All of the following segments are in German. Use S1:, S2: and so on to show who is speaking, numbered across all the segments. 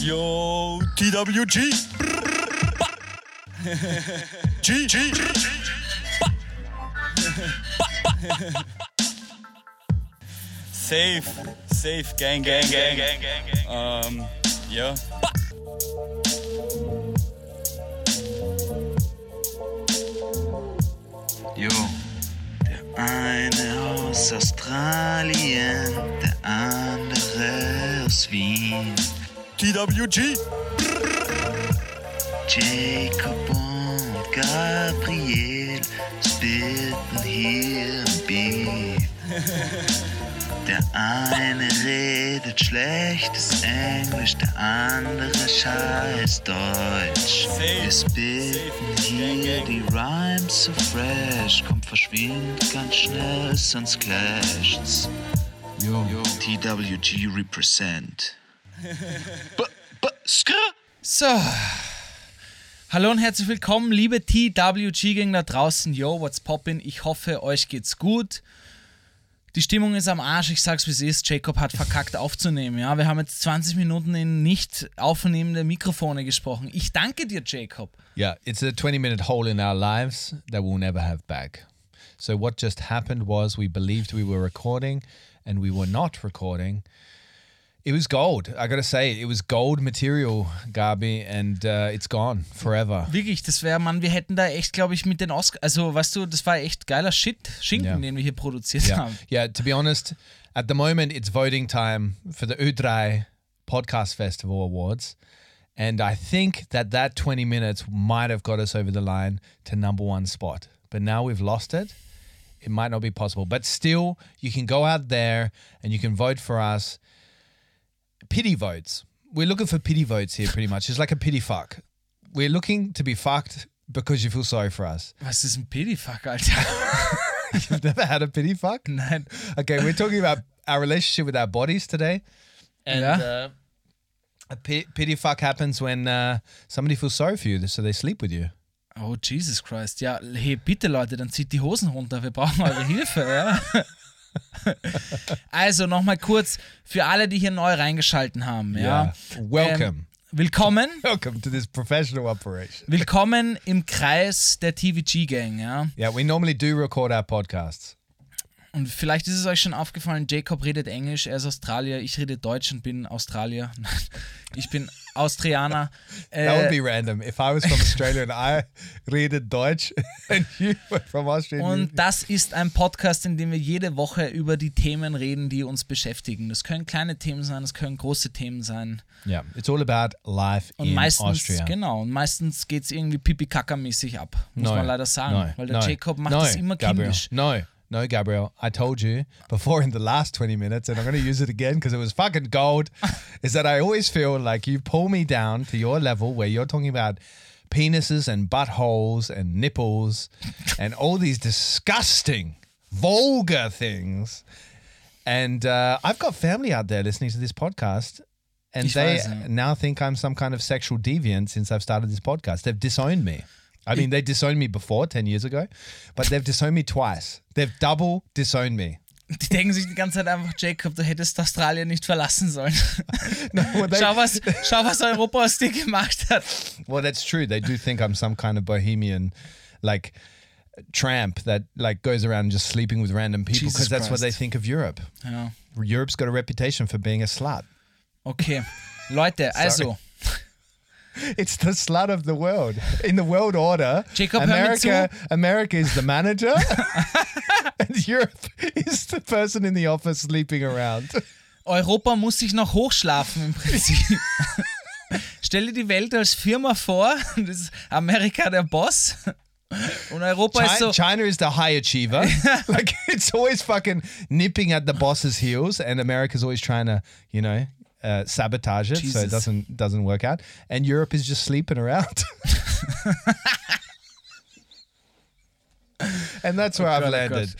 S1: Yo, TWG. Brr, brr, ba. G, G. Ba. Ba, ba. Safe, safe, gang, gang, gang, gang, gang, gang. Ähm, ja.
S2: Jo, der eine aus Australien, der andere aus Wien.
S1: TWG.
S2: Jacob und Gabriel spitten hier im Beat. Der eine redet schlechtes Englisch, der andere scheiß Deutsch. Wir spitten hier die Rhymes so fresh, kommt verschwind ganz schnell, sonst clasht's. TWG represent. B -b -skr.
S3: So. Hallo und herzlich willkommen, liebe TWG-Gang da draußen. Yo, what's poppin'? Ich hoffe, euch geht's gut. Die Stimmung ist am Arsch, ich sag's wie's ist. Jacob hat verkackt aufzunehmen. Ja, wir haben jetzt 20 Minuten in nicht aufnehmende Mikrofone gesprochen. Ich danke dir, Jacob.
S4: Yeah, it's a 20 minute hole in our lives that we'll never have back. So, what just happened was we believed we were recording and we were not recording. It was gold. I got to say, it was gold material, Gabi, and uh, it's gone forever.
S3: Wirklich, das wäre, Mann, wir hätten da echt, glaube ich, mit den Oscars. Also, weißt du, das war echt geiler Shit, Schinken,
S4: Ja.
S3: den wir hier produziert
S4: Yeah.
S3: haben.
S4: yeah, to be honest, at the moment, it's voting time for the Udrai Podcast Festival Awards. And I think that that 20 minutes might have got us over the line to number one spot. But now we've lost it. It might not be possible. But still, you can go out there and you can vote for us. Pity votes. We're looking for pity votes here, pretty much. It's like a pity fuck. We're looking to be fucked because you feel sorry for us.
S3: Was ist ein Pidifuck, Alter?
S4: You've never had a pity fuck?
S3: Nein.
S4: Okay, we're talking about our relationship with our bodies today. And
S3: Ja.
S4: uh, a pi- pity fuck happens when uh, somebody feels sorry for you, so they sleep with you.
S3: Oh, Jesus Christ. Ja, hey, bitte Leute, dann zieht die Hosen runter. Wir brauchen eure Hilfe. Ja? also nochmal kurz für alle, die hier neu reingeschalten haben. Ja.
S4: Welcome.
S3: Ähm, willkommen.
S4: Welcome to this professional operation.
S3: Willkommen im Kreis der TVG-Gang. Ja.
S4: Yeah, we normally do record our podcasts.
S3: Und vielleicht ist es euch schon aufgefallen, Jacob redet Englisch, er ist Australier, ich rede Deutsch und bin Australier. Nein, ich bin Austrianer.
S4: That
S3: Äh,
S4: would be random. If I was from Australia and I read Deutsch and you were from Australia.
S3: Und das ist ein Podcast, in dem wir jede Woche über die Themen reden, die uns beschäftigen. Das können kleine Themen sein, das können große Themen sein.
S4: yeah, it's all about life
S3: Und
S4: in
S3: meistens,
S4: Austria.
S3: genau, und meistens geht es irgendwie pipi mäßig ab, muss
S4: No,
S3: man leider sagen.
S4: no,
S3: weil der
S4: no,
S3: Jacob macht
S4: no,
S3: das immer
S4: Gabriel,
S3: kindisch.
S4: No, no, Gabriel. I told you before in the last 20 minutes, and I'm going to use it again because it was fucking gold, is that I always feel like you pull me down to your level where you're talking about penises and buttholes and nipples and all these disgusting, vulgar things. And uh, I've got family out there listening to this podcast. And
S3: Ich
S4: they
S3: weiß, ja.
S4: now think I'm some kind of sexual deviant since I've started this podcast. They've disowned me. I mean, they disowned me before 10 years ago, but they've disowned me twice. They've double disowned me.
S3: Die denken sich die ganze Zeit einfach, Jacob, du hättest Australien nicht verlassen sollen.
S4: Well, they-
S3: schau, was, schau, was Europa aus dir gemacht hat.
S4: well, that's true. They do think I'm some kind of bohemian, like tramp that like goes around just sleeping with random people
S3: Jesus
S4: because that's what they
S3: Christ.
S4: think of Europe.
S3: Ja,
S4: Europe's got a reputation for being a slut.
S3: okay. Leute, also,
S4: It's the slut of the world. In the world order,
S3: Jacob, hör mir
S4: America, America is the manager, and Europe is the person in the office sleeping around.
S3: Europa muss sich noch hochschlafen im Prinzip. Stell dir die Welt als Firma vor, und das ist Amerika der Boss und Europa
S4: Chi-
S3: ist so,
S4: China is the high achiever. like it's always fucking nipping at the boss's heels, and America's always trying to, you know, uh, sabotage it so
S3: Jesus.
S4: it doesn't doesn't work out. And Europe is just sleeping around. and that's where I've
S3: God, oh God.
S4: landed.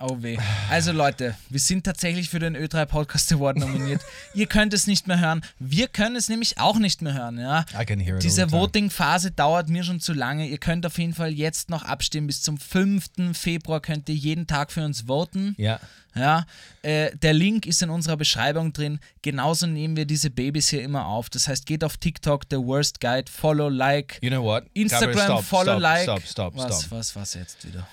S3: Oh weh. Also Leute, wir sind tatsächlich für den Ö3 Podcast Award nominiert. Ihr könnt es nicht mehr hören. Wir können es nämlich auch nicht mehr hören. Ja?
S4: I can hear it all
S3: Diese
S4: the time.
S3: Voting-Phase dauert mir schon zu lange. Ihr könnt auf jeden Fall jetzt noch abstimmen. Bis zum 5. Februar könnt ihr jeden Tag für uns voten.
S4: Ja.
S3: Ja, äh, der Link ist in unserer Beschreibung drin. Genauso nehmen wir diese Babys hier immer auf. Das heißt, geht auf TikTok, The Worst Guide, Follow, Like,
S4: You know what?
S3: Instagram,
S4: Gabriel, stop,
S3: Follow,
S4: stop,
S3: Like.
S4: Stop, stop,
S3: was,
S4: stop.
S3: was, was jetzt wieder?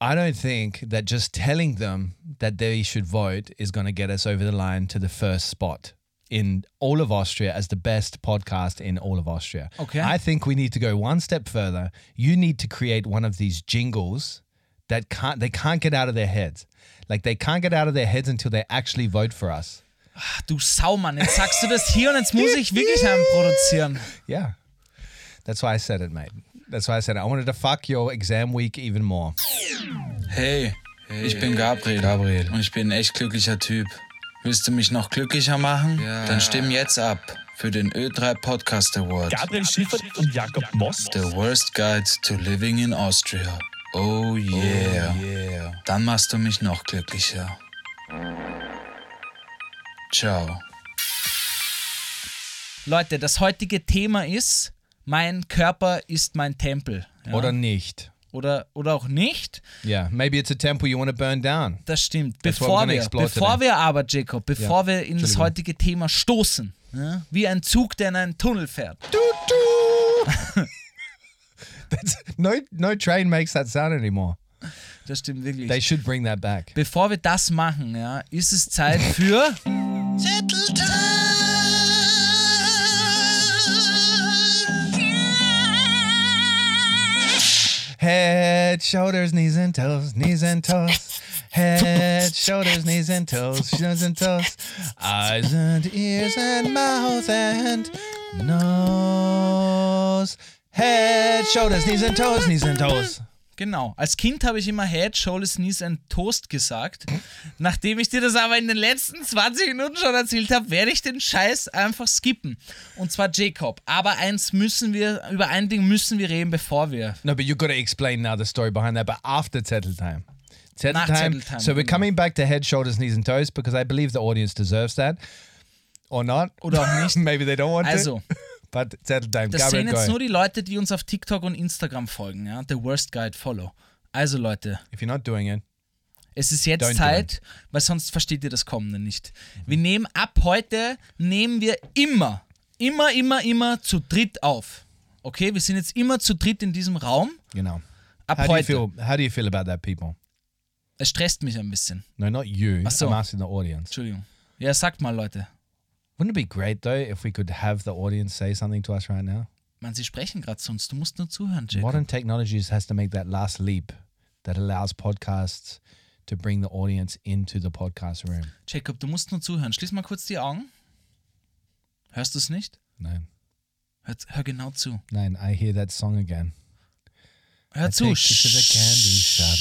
S4: I don't think that just telling them that they should vote is going to get us over the line to the first spot in all of Austria as the best podcast in all of Austria.
S3: Okay.
S4: I think we need to go one step further. You need to create one of these jingles that can't they can't get out of their heads. Like they can't get out of their heads until they actually vote for us.
S3: Ach, du Saumann, jetzt sagst du das hier und jetzt muss ich wirklich einen produzieren.
S4: Yeah. That's why I said it, mate. That's why I said it. I wanted to fuck your exam week even more.
S1: Hey, ich bin Gabriel.
S4: Gabriel.
S1: Und ich bin ein echt glücklicher Typ. Willst du mich noch glücklicher machen? Dann stimm jetzt ab für den Ö3 Podcast Award.
S5: Gabriel Schiffert und Jakob Most.
S1: The Worst Guide to Living in Austria. Oh yeah. Dann machst du mich noch glücklicher. Ciao.
S3: Leute, das heutige Thema ist: Mein Körper ist mein Tempel. Ja?
S4: Oder nicht.
S3: oder, oder auch nicht.
S4: Yeah. Maybe it's a temple you want to burn down.
S3: Das stimmt.
S4: That's what
S3: Bevor
S4: we're gonna
S3: wir,
S4: explore
S3: bevor
S4: today.
S3: wir aber, Jacob, bevor
S4: Ja.
S3: wir in das
S4: Entschuldigung.
S3: heutige Thema stoßen, ja, wie ein Zug, der in einen Tunnel fährt.
S4: That's, no, no train makes that sound anymore.
S3: Das stimmt wirklich.
S4: They should bring that back.
S3: Bevor wir das machen, ja, ist es Zeit für.
S4: Head, shoulders, knees and toes, knees and toes. Head, shoulders, knees and toes, shins and toes. Eyes and ears and mouth and nose. Head, shoulders, knees and toes, knees and toes.
S3: Genau. Als Kind habe ich immer Head, Shoulders, Knees and Toast gesagt. Nachdem ich dir das aber in den letzten 20 Minuten schon erzählt habe, werde ich den Scheiß einfach skippen. Und zwar Jacob. Aber eins müssen wir, über ein Ding müssen wir reden, bevor wir.
S4: No, but you've got to explain now the story behind that, but after Tettle Time. Tettle
S3: Nach
S4: time,
S3: Tettle Time,
S4: So we're
S3: genau.
S4: coming back to head, shoulders, knees, and toes because I believe the audience deserves that. Or not.
S3: Oder auch nicht.
S4: Maybe they don't want
S3: Also.
S4: to. But Tettle Time,
S3: Das sehen
S4: Gabriel, go
S3: jetzt
S4: ahead.
S3: nur die Leute, die uns auf TikTok und Instagram folgen, ja. The Worst Guide Follow. Also Leute,
S4: If you're not doing it,
S3: es ist jetzt
S4: Don't do
S3: Zeit, weil sonst versteht ihr das Kommende nicht. Wir nehmen ab heute, nehmen wir immer, immer, immer, immer zu dritt auf. Okay, wir sind jetzt immer zu dritt in diesem Raum.
S4: you know.
S3: Ab
S4: How do you
S3: heute.
S4: feel? How do you feel about that, people?
S3: Es stresst mich ein bisschen.
S4: No, not you.
S3: Ah, so.
S4: I'm asking the audience.
S3: Entschuldigung. Ja, sagt mal, Leute.
S4: Wouldn't it be great though if we could have the audience say something to us right now?
S3: Man, sie sprechen gerade sonst. Du musst nur zuhören, Jacob.
S4: Modern technologies has to make that last leap that allows podcasts to bring the audience into the podcast room.
S3: Jacob, du musst nur zuhören. Schließ mal kurz die Augen. Hörst du es nicht?
S4: No.
S3: Hör, hör genau zu.
S4: Nein, I hear that song again.
S3: Hör
S4: I
S3: zu.
S4: take you to the candy shop.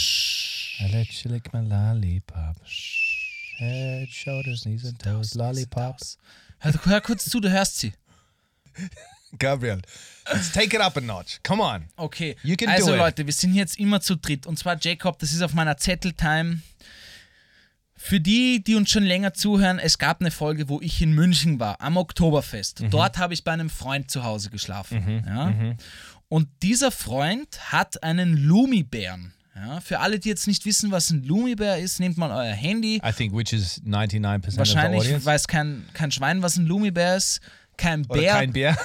S4: I let you lick my lollipop. Head, shoulders, knees and toes, lollipops.
S3: Hör, hör kurz zu, du hörst sie.
S4: Gabriel, let's take it up a notch. Come on.
S3: Okay.
S4: You can
S3: also
S4: do it.
S3: Leute, wir sind jetzt immer zu dritt. Und zwar Jacob, das ist auf meiner Zetteltime. Für die, die uns schon länger zuhören, es gab eine Folge, wo ich in München war, am Oktoberfest.
S4: Mhm.
S3: Dort habe ich bei einem Freund zu Hause geschlafen. Ja? Und dieser Freund hat einen Lumibären. Ja? Für alle, die jetzt nicht wissen, was ein Lumibär ist, nehmt mal euer Handy.
S4: I think which is 99% of the
S3: Wahrscheinlich
S4: audience.
S3: weiß kein, kein Schwein, was ein Lumibär ist. Kein
S4: Oder
S3: Bär.
S4: kein Bier.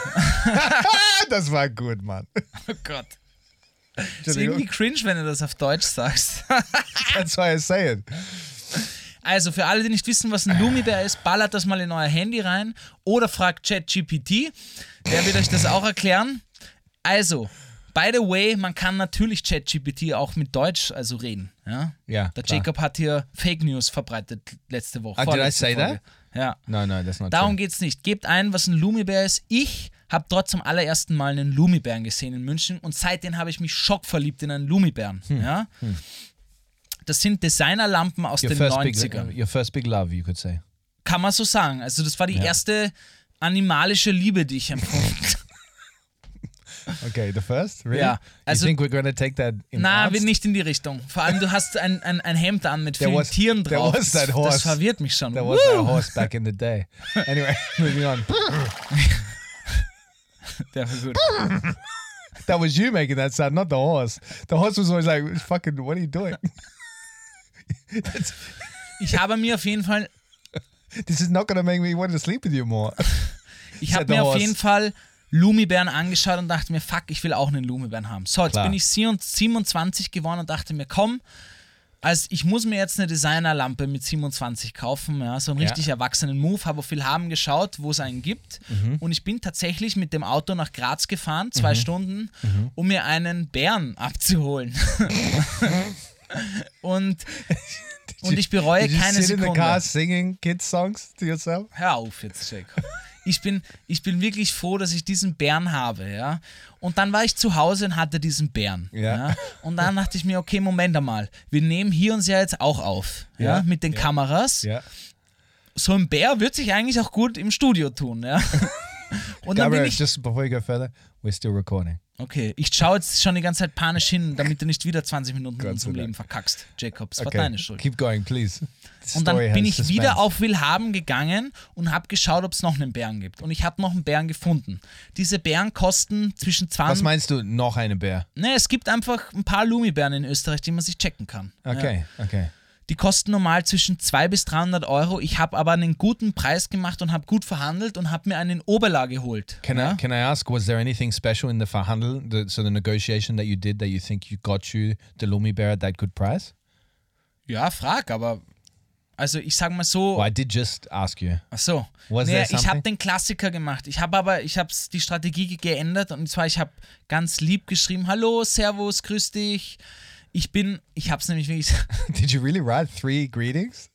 S4: das war gut, Mann.
S3: oh Gott. Ist irgendwie cringe, wenn du das auf Deutsch sagst.
S4: That's why I say it.
S3: Also für alle, die nicht wissen, was
S4: Ah.
S3: ein Lumibär ist, ballert das mal in euer Handy rein oder fragt ChatGPT. Der wird euch das auch erklären. Also, by the way, man kann natürlich ChatGPT auch mit Deutsch also reden. Ja?
S4: Ja,
S3: Der
S4: klar.
S3: Jacob hat hier Fake News verbreitet letzte Woche.
S4: Ah, did I
S3: vorletzte
S4: say
S3: Folge. Ja.
S4: No, no, that's not
S3: Darum
S4: true.
S3: geht's nicht. Gebt ein, was ein Lumibär ist. Ich habe dort zum allerersten Mal einen Lumibären gesehen in München und seitdem habe ich mich schockverliebt in einen Lumibären.
S4: Hm.
S3: Ja? Das sind Designerlampen aus
S4: Your
S3: den
S4: first,
S3: 90ern.
S4: big, your first big love, you could say.
S3: Kann man so sagen. Also, das war die erste animalische Liebe, die ich empfunden
S4: Okay, the first? Really?
S3: Yeah.
S4: You
S3: Also-
S4: think we're going to take that in
S3: Na,
S4: ernst?
S3: bin nicht in die Richtung. Vor allem, du hast ein, ein, ein Hemd an mit
S4: There
S3: vielen
S4: was-
S3: Tieren
S4: there
S3: drauf.
S4: was that
S3: Das-
S4: horse.
S3: Das verwirrt mich schon.
S4: There was
S3: Woo!
S4: that horse back in the day. Anyway, moving on.
S3: Der war gut.
S4: That was you making that sound, not the horse. The horse was always like, fucking, what are you doing?
S3: Ich habe mir auf jeden Fall,
S4: This is not going to make me want to sleep with you more.
S3: ich
S4: Said
S3: habe
S4: the
S3: mir auf
S4: horse.
S3: jeden Fall Lumibären angeschaut und dachte mir, fuck, ich will auch einen Lumibären haben. So, jetzt
S4: Klar.
S3: bin ich 27 geworden und dachte mir, komm, also ich muss mir jetzt eine Designerlampe mit 27 kaufen, ja, so einen
S4: Ja.
S3: richtig erwachsenen Move, habe auf Wilhelm geschaut, wo es einen gibt.
S4: Mhm.
S3: Und ich bin tatsächlich mit dem Auto nach Graz gefahren, zwei Stunden,
S4: Mhm.
S3: um mir einen Bären abzuholen. und, und ich bereue
S4: Did you
S3: keine
S4: sit in
S3: Sekunde.
S4: the car singing kids songs to yourself?
S3: Hör auf jetzt, Jacob. Ich bin, ich bin wirklich froh, dass ich diesen Bären habe, ja. Und dann war ich zu Hause und hatte diesen Bären.
S4: Ja.
S3: Ja. Und dann dachte ich mir, okay, Moment einmal, wir nehmen hier uns ja jetzt auch auf, ja,
S4: Ja.
S3: mit den Kameras.
S4: Yeah.
S3: So ein Bär wird sich eigentlich auch gut im Studio tun, ja. Und dann bin
S4: Gabriel,
S3: ich,
S4: just before you go further, we're still recording.
S3: okay, ich schaue jetzt schon die ganze Zeit panisch hin, damit du nicht wieder 20 Minuten in
S4: Gott
S3: unserem
S4: sei
S3: Leben verkackst, Jacob. Es war deine Schuld.
S4: keep going, please. The
S3: Und dann
S4: story
S3: bin ich
S4: has
S3: wieder
S4: suspense.
S3: auf Willhaben gegangen und habe geschaut, ob es noch einen Bären gibt. Und ich habe noch einen Bären gefunden. Diese Bären kosten zwischen 20.
S4: Was meinst du, noch eine Bär?
S3: Ne, es gibt einfach ein paar Lumibären in Österreich, die man sich checken kann. Ja.
S4: Okay, okay.
S3: Die kosten normal zwischen 200 bis 300 Euro. Ich habe aber einen guten Preis gemacht und habe gut verhandelt und habe mir einen Oberla geholt.
S4: Can I can I ask? Was there anything special in the verhandel, the, so the negotiation that you did that you think you got you the Lumi bear at that good price?
S3: Ja, frag, aber. Also ich sag mal so,
S4: Well, I did just ask you.
S3: Ach so.
S4: Was
S3: Naja,
S4: there
S3: ich habe
S4: something?
S3: den Klassiker gemacht. Ich habe aber, ich habe die Strategie ge- geändert und zwar, ich habe ganz lieb geschrieben, hallo, servus, grüß dich. Ich bin, ich habe es nämlich wirklich,
S4: Did you really write three greetings?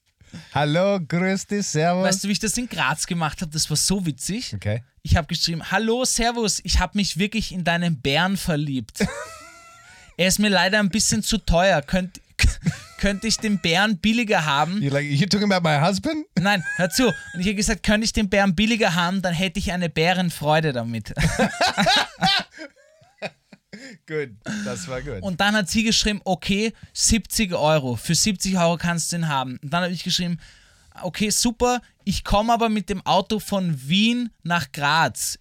S4: Hello, Christi, Servus.
S3: weißt du, wie ich das in Graz gemacht habe? Das war so witzig.
S4: okay.
S3: Ich habe geschrieben, hallo, servus, ich habe mich wirklich in deinen Bären verliebt. er ist mir leider ein bisschen zu teuer. Könnt, könnte ich den Bären billiger haben?
S4: You like you talking about my husband?
S3: Nein, hör zu. Und ich habe gesagt, könnte ich den Bären billiger haben, dann hätte ich eine Bärenfreude damit.
S4: Good. That's very good.
S3: Und dann hat sie geschrieben, okay, 70 Euro. Für 70 Euro kannst du den haben. Und dann habe ich geschrieben, okay, super, ich komme aber mit dem Auto von Wien nach Graz.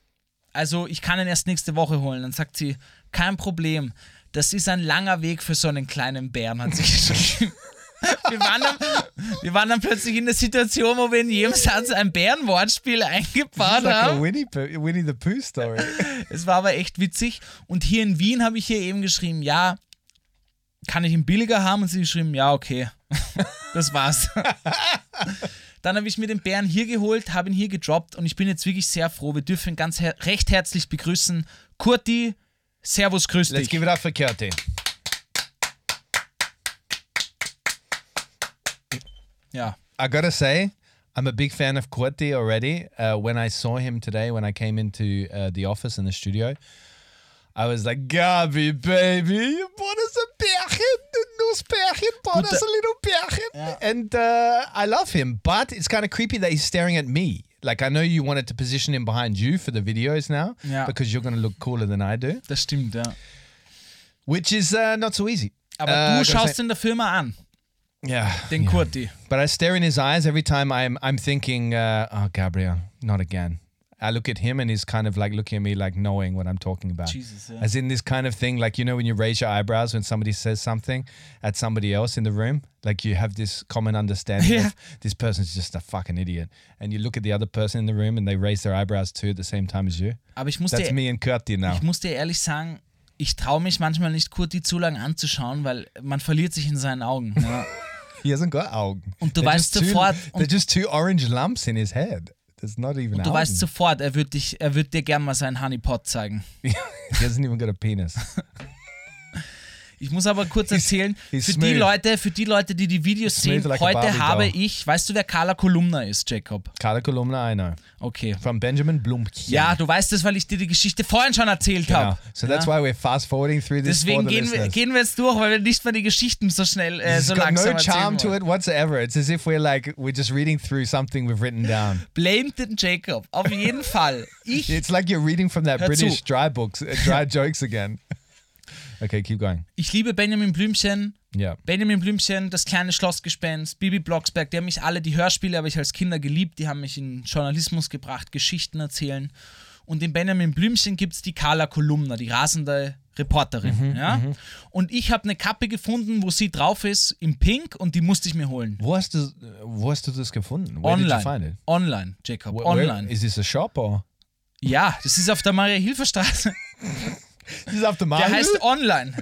S3: Also ich kann ihn erst nächste Woche holen. Dann sagt sie, kein Problem. Das ist ein langer Weg für so einen kleinen Bären, hat sie geschrieben. Wir waren, dann, wir waren dann plötzlich in der Situation, wo wir in jedem Satz ein Bärenwortspiel eingebaut
S4: It's like
S3: haben.
S4: a Winnie, Pooh- Winnie the Pooh story.
S3: Es war aber echt witzig. Und hier in Wien habe ich hier eben geschrieben, ja, kann ich ihn billiger haben? Und sie geschrieben, ja, okay. Das war's. Dann habe ich mir den Bären hier geholt, habe ihn hier gedroppt und ich bin jetzt wirklich sehr froh. Wir dürfen ihn ganz her recht herzlich begrüßen. Kurti, Servus, grüß dich.
S4: Let's give it up for Kirti.
S3: ja.
S4: I gotta say, I'm a big fan of Kuerti already. Uh, when I saw him today, when I came into uh, the office in the studio, I was like, Gabi, baby, you bought us a Bärchen, a loose Bärchen, bought
S3: eh,
S4: us a little Bärchen. And uh, I love him, but it's kind of creepy that he's staring at me. Like, I know you wanted to position him behind you for the videos now
S3: Yeah.
S4: because you're going to look cooler than I do,
S3: Das stimmt, ja.
S4: which is uh, not so easy.
S3: Aber
S4: Uh,
S3: du
S4: gotta
S3: schaust
S4: say-
S3: in der Firma an,
S4: Yeah.
S3: den
S4: yeah.
S3: Kurti.
S4: But I stare in his eyes every time I'm I'm thinking, uh, oh Gabriel, not again. I look at him and he's kind of like looking at me like knowing what I'm talking about.
S3: Jesus, yeah.
S4: As in this kind of thing, like you know when you raise your eyebrows when somebody says something at somebody else in the room, like you have this common understanding
S3: Yeah.
S4: of this person's just a fucking idiot. And you look at the other person in the room and they raise their eyebrows too at the same time as you.
S3: Aber ich muss,
S4: That's
S3: dir,
S4: me and Kurti now.
S3: ich muss dir ehrlich sagen, ich traue mich manchmal nicht, Kurti zu lang anzuschauen, weil man verliert sich in seinen Augen. Ja.
S4: He hasn't got Augen.
S3: Und du
S4: They're
S3: weißt
S4: just two-
S3: sofort-
S4: They're just two orange lumps in his head. There's not even
S3: Du
S4: Augen.
S3: weißt sofort, er wird, dich, er wird dir gern mal seinen Honeypot zeigen.
S4: he hasn't even got a penis.
S3: Ich muss aber kurz
S4: He's-
S3: erzählen,
S4: he's
S3: für die
S4: smooth.
S3: Leute, für die Leute, die die Videos sehen,
S4: Smooth like a
S3: heute
S4: Barbie
S3: habe
S4: doll.
S3: ich, weißt du, wer Carla Kolumna ist, Jacob?
S4: Carla Kolumna, I know.
S3: Okay.
S4: From Benjamin Blumkin.
S3: Ja, du weißt das, weil ich dir die Geschichte vorhin schon erzählt
S4: Genau.
S3: habe.
S4: So that's why we're fast forwarding through this
S3: Deswegen
S4: for the
S3: gehen wir,
S4: listeners.
S3: gehen wir jetzt durch, weil wir nicht mehr die Geschichten so schnell, äh,
S4: It's
S3: so
S4: got
S3: langsam
S4: no charm
S3: erzählen
S4: to
S3: wollen.
S4: it whatsoever. It's as if we're like we're just reading through something we've written down.
S3: Blame den Jacob, auf jeden Fall. Ich
S4: It's like you're reading from that
S3: Hör zu.
S4: British dry books, uh, dry jokes again. Okay, keep going.
S3: Ich liebe Benjamin Blümchen.
S4: Yeah.
S3: Benjamin Blümchen, das kleine Schlossgespenst, Bibi Blocksberg, die haben mich alle, die Hörspiele habe ich als Kinder geliebt, die haben mich in Journalismus gebracht, Geschichten erzählen. Und in Benjamin Blümchen gibt es die Carla Kolumna, die rasende
S4: Mhm,
S3: Reporterin. ja? Und ich habe eine Kappe gefunden, wo sie drauf ist, im Pink, und die musste ich mir holen.
S4: Wo hast du, wo hast du das gefunden? Where did you find it?
S3: Online. Online, Jacob.
S4: Wh- where-
S3: online.
S4: is this a shop or?
S3: ja, das ist auf der Maria-Hilfer-Straße.
S4: This is after
S3: Der
S4: Mario.
S3: heißt Online.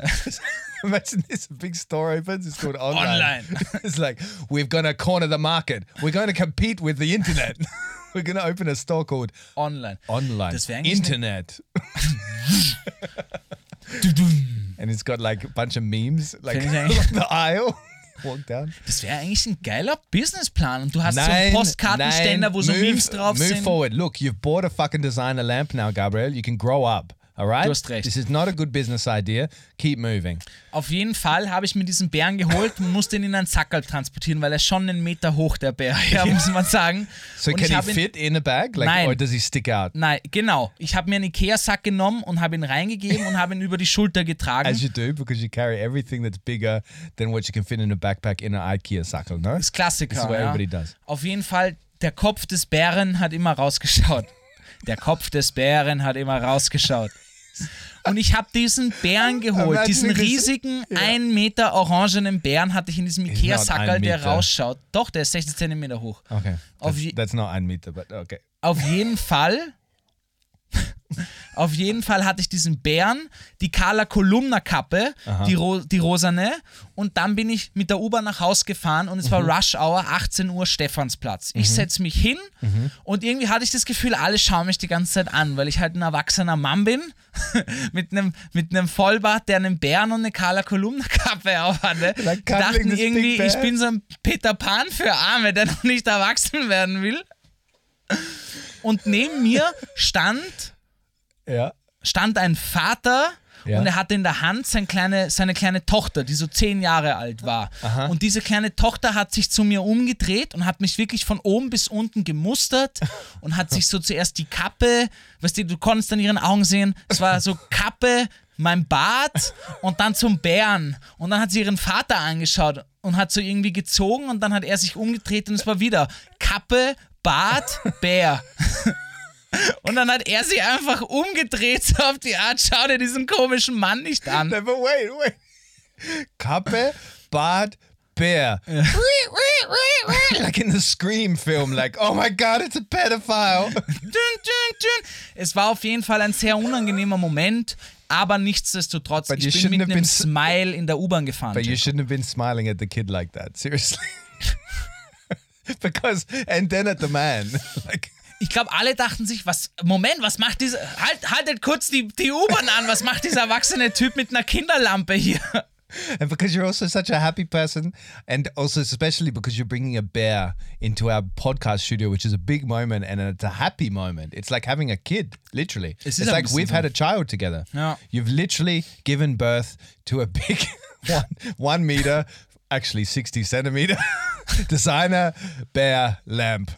S4: Imagine this a big store opens. It's called online.
S3: Online.
S4: it's like we've gonna corner the market. We're going to compete with the internet. We're going to open a store called
S3: Online.
S4: online
S3: Das wär eigentlich
S4: internet, and it's got like a bunch of memes like
S3: Finde ich
S4: along
S3: eigentlich-
S4: the aisle. Walk down.
S3: Das wäre eigentlich ein geiler Businessplan. Und du hast so
S4: Nein,
S3: einen Postkartenständer,
S4: nein,
S3: wo so
S4: move,
S3: Memes drauf
S4: move
S3: sind.
S4: forward. Look, you've bought a fucking designer lamp now, Gabriel. You can grow up. All right.
S3: Du hast recht.
S4: This is not a good business idea. Keep moving.
S3: Auf jeden Fall habe ich mir diesen Bären geholt und musste ihn in einen Sackerl transportieren, weil er schon einen Meter hoch, der Bär, ja, muss man sagen.
S4: So
S3: und
S4: can
S3: ich
S4: he
S3: habe ihn-
S4: fit in a bag? Like,
S3: Nein.
S4: or does he stick out?
S3: Nein, genau. Ich habe mir einen Ikea-Sack genommen und habe ihn reingegeben und habe ihn über die Schulter getragen.
S4: As you do, because you carry everything that's bigger than what you can fit in a backpack in an IKEA cycle, no?
S3: Das ist Klassiker.
S4: This is what
S3: ja.
S4: everybody does.
S3: Auf jeden Fall, der Kopf des Bären hat immer rausgeschaut. Der Kopf des Bären hat immer rausgeschaut. Und ich habe diesen Bären geholt,
S4: Imagine
S3: diesen
S4: this-
S3: riesigen 1 Meter orangenen Bären hatte ich in diesem
S4: not
S3: Ikea-Sackerl,
S4: ein
S3: der
S4: Meter.
S3: rausschaut. Doch, der ist 60 Zentimeter hoch.
S4: Okay.
S3: Auf
S4: That's,
S3: je-
S4: that's not ein Meter, but okay.
S3: Auf jeden Fall. Auf jeden Fall hatte ich diesen Bären, die Carla Kolumna Kappe, die, ro die rosane. Und dann bin ich mit der U-Bahn nach Haus gefahren und es war Rush Hour, 18 Uhr Stephansplatz. Ich setze mich hin und irgendwie hatte ich das Gefühl, alle schauen mich die ganze Zeit an, weil ich halt ein erwachsener Mann bin mit einem mit einem Vollbart, der einen Bären und eine Carla Kolumna Kappe auf hatte. Die
S4: cuddling
S3: dachten
S4: this big
S3: irgendwie, ich
S4: bear.
S3: bin so ein Peter Pan für Arme, der noch nicht erwachsen werden will. Und neben mir stand,
S4: Yeah.
S3: stand ein Vater
S4: Ja.
S3: und er hatte in der Hand seine kleine, seine kleine Tochter, die so zehn Jahre alt war. Und diese kleine Tochter hat sich zu mir umgedreht und hat mich wirklich von oben bis unten gemustert und hat sich so zuerst die Kappe, weißt du, du konntest an ihren Augen sehen, es war so Kappe, mein Bart und dann zum Bären. Und dann hat sie ihren Vater angeschaut und hat so irgendwie gezogen und dann hat er sich umgedreht und es war wieder Kappe, Bart, Bär. Und dann hat er sie einfach umgedreht, so auf die Art, schau dir diesen komischen Mann nicht an.
S4: No, but wait, wait. Kappe, Bart, Bear. like in the Scream film, like, oh my god, it's a pedophile.
S3: Dün, dün, dün. Es war auf jeden Fall ein sehr unangenehmer Moment, aber nichtsdestotrotz,
S4: But you
S3: ich bin
S4: shouldn't
S3: mit
S4: have
S3: einem
S4: been s-
S3: Smile in der U-Bahn gefahren.
S4: But you
S3: Jack.
S4: shouldn't have been smiling at the kid like that, seriously. because, and then at the man. like,
S3: Ich glaube, alle dachten sich, was, Moment, was macht dieser, halt, haltet kurz die, die U-Bahn an, was macht dieser erwachsene Typ mit einer Kinderlampe hier?
S4: and because you're also such a happy person, and also especially because you're bringing a bear into our podcast studio, which is a big moment and it's a happy moment. It's like having a kid, literally.
S3: Es
S4: It's,
S3: ist ein
S4: like
S3: bisschen
S4: we've
S3: so.
S4: had a child together.
S3: Ja.
S4: You've literally given birth to a big one, one meter, actually 60 centimeter designer bear lamp.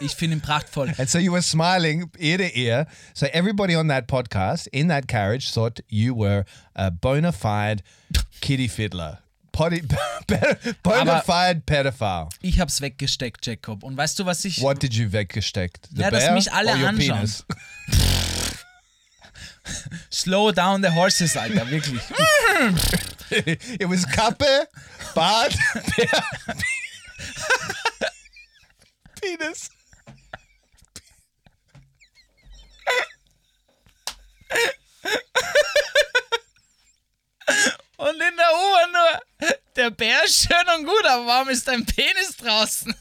S3: Ich finde ihn prachtvoll.
S4: And so you were smiling ear to ear. So everybody on that podcast in that carriage thought you were a bona fide kitty fiddler. Potty, bona
S3: Aber-
S4: fide pedophile.
S3: Ich hab's weggesteckt, Jacob. Und weißt du, was ich,
S4: What did you weggesteckt? The
S3: Ja, dass
S4: bear
S3: mich alle
S4: or your
S3: anschauen.
S4: penis?
S3: slow down the horses, Alter, wirklich.
S4: it was Kappe, Bart, Bear, Penis.
S3: Und in der U-Bahn nur, der Bär ist schön und gut, aber warum ist dein Penis draußen?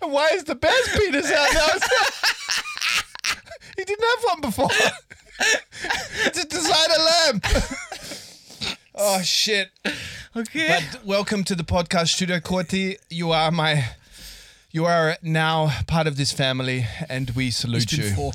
S4: Why is the bear's penis out now? didn't have one before. it's a designer lamp. oh shit!
S3: Okay.
S4: But welcome to the podcast, Studio Corti. You are my. You are now part of this family, and we salute
S3: bin
S4: you.
S3: froh.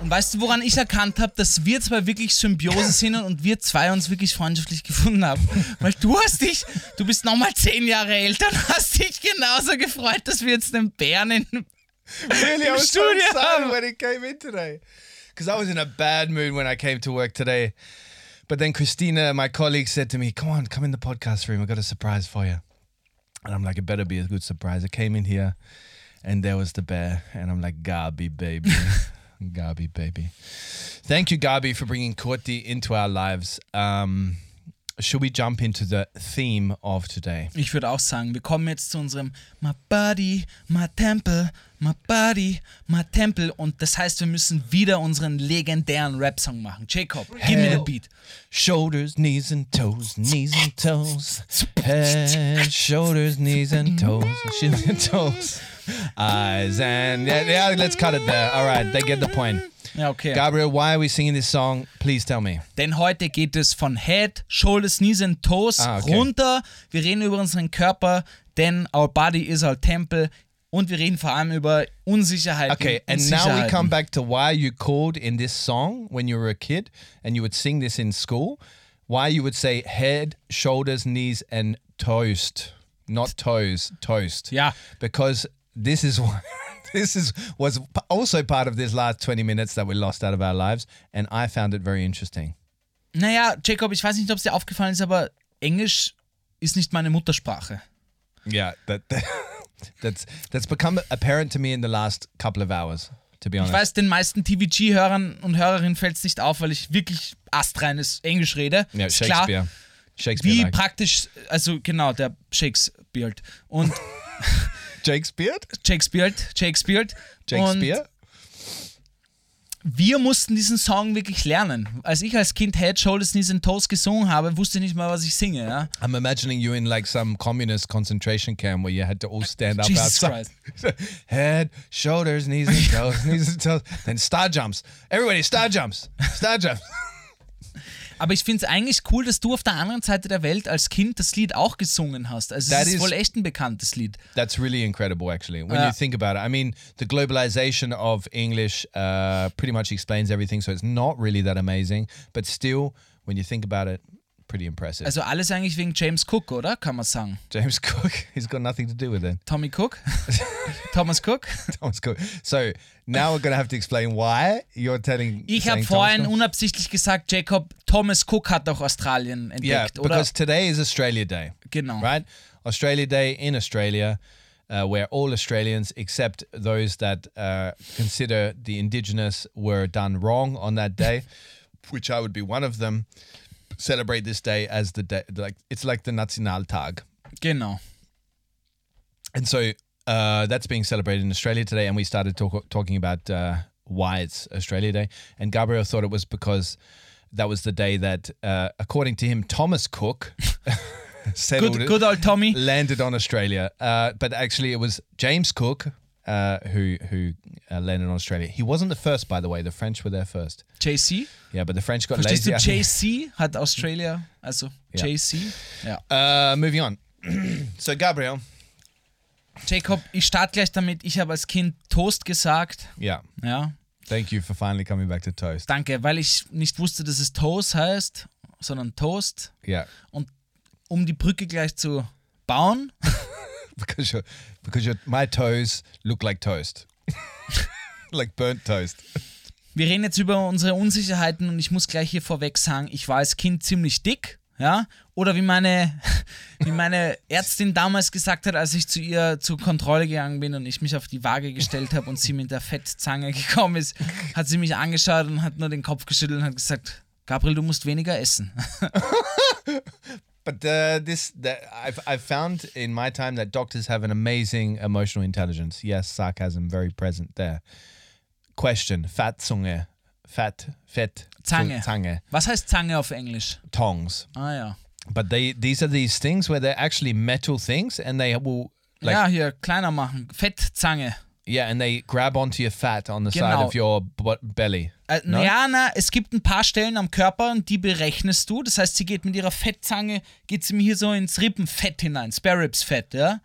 S3: Und weißt du, woran ich erkannt habe, dass wir zwei wirklich Symbiose sind und wir zwei uns wirklich freundschaftlich gefunden haben? Weil du hast dich, du bist nochmal zehn Jahre älter und hast dich genauso gefreut, dass wir jetzt den Bären in.
S4: really, I was so
S3: studio.
S4: excited when he came in today because I was in a bad mood when I came to work today. But then Christina, my colleague, said to me, "Come on, come in the podcast room. I got a surprise for you." And I'm like, "It better be a good surprise." I came in here, and there was the bear, and I'm like, "Gabi, baby." Gabi, baby. Thank you, Gabi, for bringing Korti into our lives. Um, should we jump into the theme of today?
S3: Ich würde auch sagen, wir kommen jetzt zu unserem My Body, My Temple, My Body, My Temple und das heißt, wir müssen wieder unseren legendären Rap-Song machen. Jacob, give me the beat.
S4: Shoulders, knees, and toes, knees and toes. Head, shoulders, knees, and toes, shins and toes. Eyes and yeah, yeah, let's cut it there. All right, they get the point.
S3: Ja, okay.
S4: Gabriel, why are we singing this song? Please tell me.
S3: Denn heute geht es von Head, Shoulders, Knees and Toes
S4: Ah, okay.
S3: runter. Wir reden über unseren Körper, denn our body is our temple. Und wir reden vor allem über Unsicherheiten.
S4: Okay,
S3: und
S4: and now we
S3: Sicherheiten.
S4: come back to why you called in this song when you were a kid and you would sing this in school. Why you would say head, shoulders, knees, and toast, not toes, toast.
S3: Yeah.
S4: because this is why. This is was p- also part of this last 20 minutes that we lost out of our lives, and I found it very interesting.
S3: Naja, Jacob, ich weiß nicht, ob es dir aufgefallen ist, aber Englisch ist nicht meine Muttersprache.
S4: Yeah, that, that's that's become apparent to me in the last couple of hours. To be honest,
S3: Ich weiß, den meisten TVG-Hörern und Hörerinnen fällt es nicht auf, weil ich wirklich astreines Englisch rede.
S4: yeah,
S3: ist klar,
S4: Shakespeare, Shakespeare,
S3: wie
S4: like.
S3: praktisch, also genau, der Shakespeare. Und
S4: Shakespeare,
S3: Shakespeare, Shakespeare. Und
S4: Shakespeare.
S3: wir mussten diesen Song wirklich lernen. Als ich als Kind Head, Shoulders, Knees and Toes gesungen habe, wusste ich nicht mal, was ich singe. Ja?
S4: I'm imagining you in like some communist concentration camp where you had to all stand up
S3: Jesus
S4: outside. Head, shoulders, knees and toes, knees and toes. Then star jumps. Everybody, star jumps. Star jumps.
S3: Aber ich finde es eigentlich cool, dass du auf der anderen Seite der Welt als Kind das Lied auch gesungen hast. Also
S4: That
S3: es ist
S4: is-
S3: wohl echt ein bekanntes Lied.
S4: That's really incredible, actually, when
S3: Yeah.
S4: you think about it. I mean, the globalization of English uh, pretty much explains everything, so it's not really that amazing. But still, when you think about it, pretty impressive.
S3: Also alles eigentlich wegen James Cook, oder? Kann man sagen.
S4: James Cook, he's got nothing to do with it.
S3: Tommy Cook? Thomas Cook?
S4: Thomas Cook. So now we're going to have to explain why you're telling.
S3: Ich
S4: saying
S3: habe
S4: Thomas
S3: vorhin
S4: Cook.
S3: unabsichtlich gesagt, Jacob, Thomas Cook hat auch Australien
S4: Yeah,
S3: entdeckt, oder?
S4: because today is Australia Day.
S3: Genau.
S4: Right? Australia Day in Australia, uh, where all Australians, except those that uh, consider the Indigenous, were done wrong on that day, which I would be one of them, celebrate this day as the day. Like it's like the Nationaltag,
S3: Genau.
S4: and so uh, that's being celebrated in Australia today. And we started talk- talking about uh, why it's Australia Day. And Gabriel thought it was because that was the day that, uh, according to him, Thomas Cook settled,
S3: Good, good old Tommy.
S4: landed on Australia. Uh, but actually, it was James Cook. Uh, who who uh, landed on Australia? He wasn't the first, by the way. The French were there first.
S3: JC?
S4: Yeah, but the French got
S3: Verstehst
S4: lazy.
S3: du,
S4: I think.
S3: JC hat Australia, also
S4: Ja.
S3: JC. Ja.
S4: Uh, moving on. so Gabriel,
S3: Jacob, ich starte gleich damit. Ich habe als Kind Toast gesagt.
S4: yeah,
S3: Ja,
S4: thank you for finally coming back to toast.
S3: danke, weil ich nicht wusste, dass es Toast heißt, sondern Toast.
S4: Yeah,
S3: Und um die Brücke gleich zu bauen,
S4: because your because your my toes look like toast, like burnt toast.
S3: wir reden jetzt über unsere Unsicherheiten und ich muss gleich hier vorweg sagen, ich war als Kind ziemlich dick. Ja, oder wie meine, wie meine Ärztin damals gesagt hat, als ich zu ihr zur Kontrolle gegangen bin und ich mich auf die Waage gestellt habe und sie mit der Fettzange gekommen ist, hat sie mich angeschaut und hat nur den Kopf geschüttelt und hat gesagt, Gabriel, du musst weniger essen.
S4: But uh, this that I've I've found in my time that doctors have an amazing emotional intelligence. Yes, sarcasm very present there. Question: Fat zunge, fat fett
S3: Zange.
S4: zange
S3: Was heißt Zange auf Englisch?
S4: tongs.
S3: Ah ja.
S4: But they these are these things where they're actually metal things and they will like
S3: ja, hier kleiner machen. Fettzange.
S4: Yeah, and they grab onto your fat on the side
S3: Genau.
S4: of your b- belly.
S3: Äh, na Ja, na, es gibt ein paar Stellen am Körper und die berechnest du. Das heißt, sie geht mit ihrer Fettzange, geht sie mir hier so ins Rippenfett hinein, Spare Ribs Fett, ja?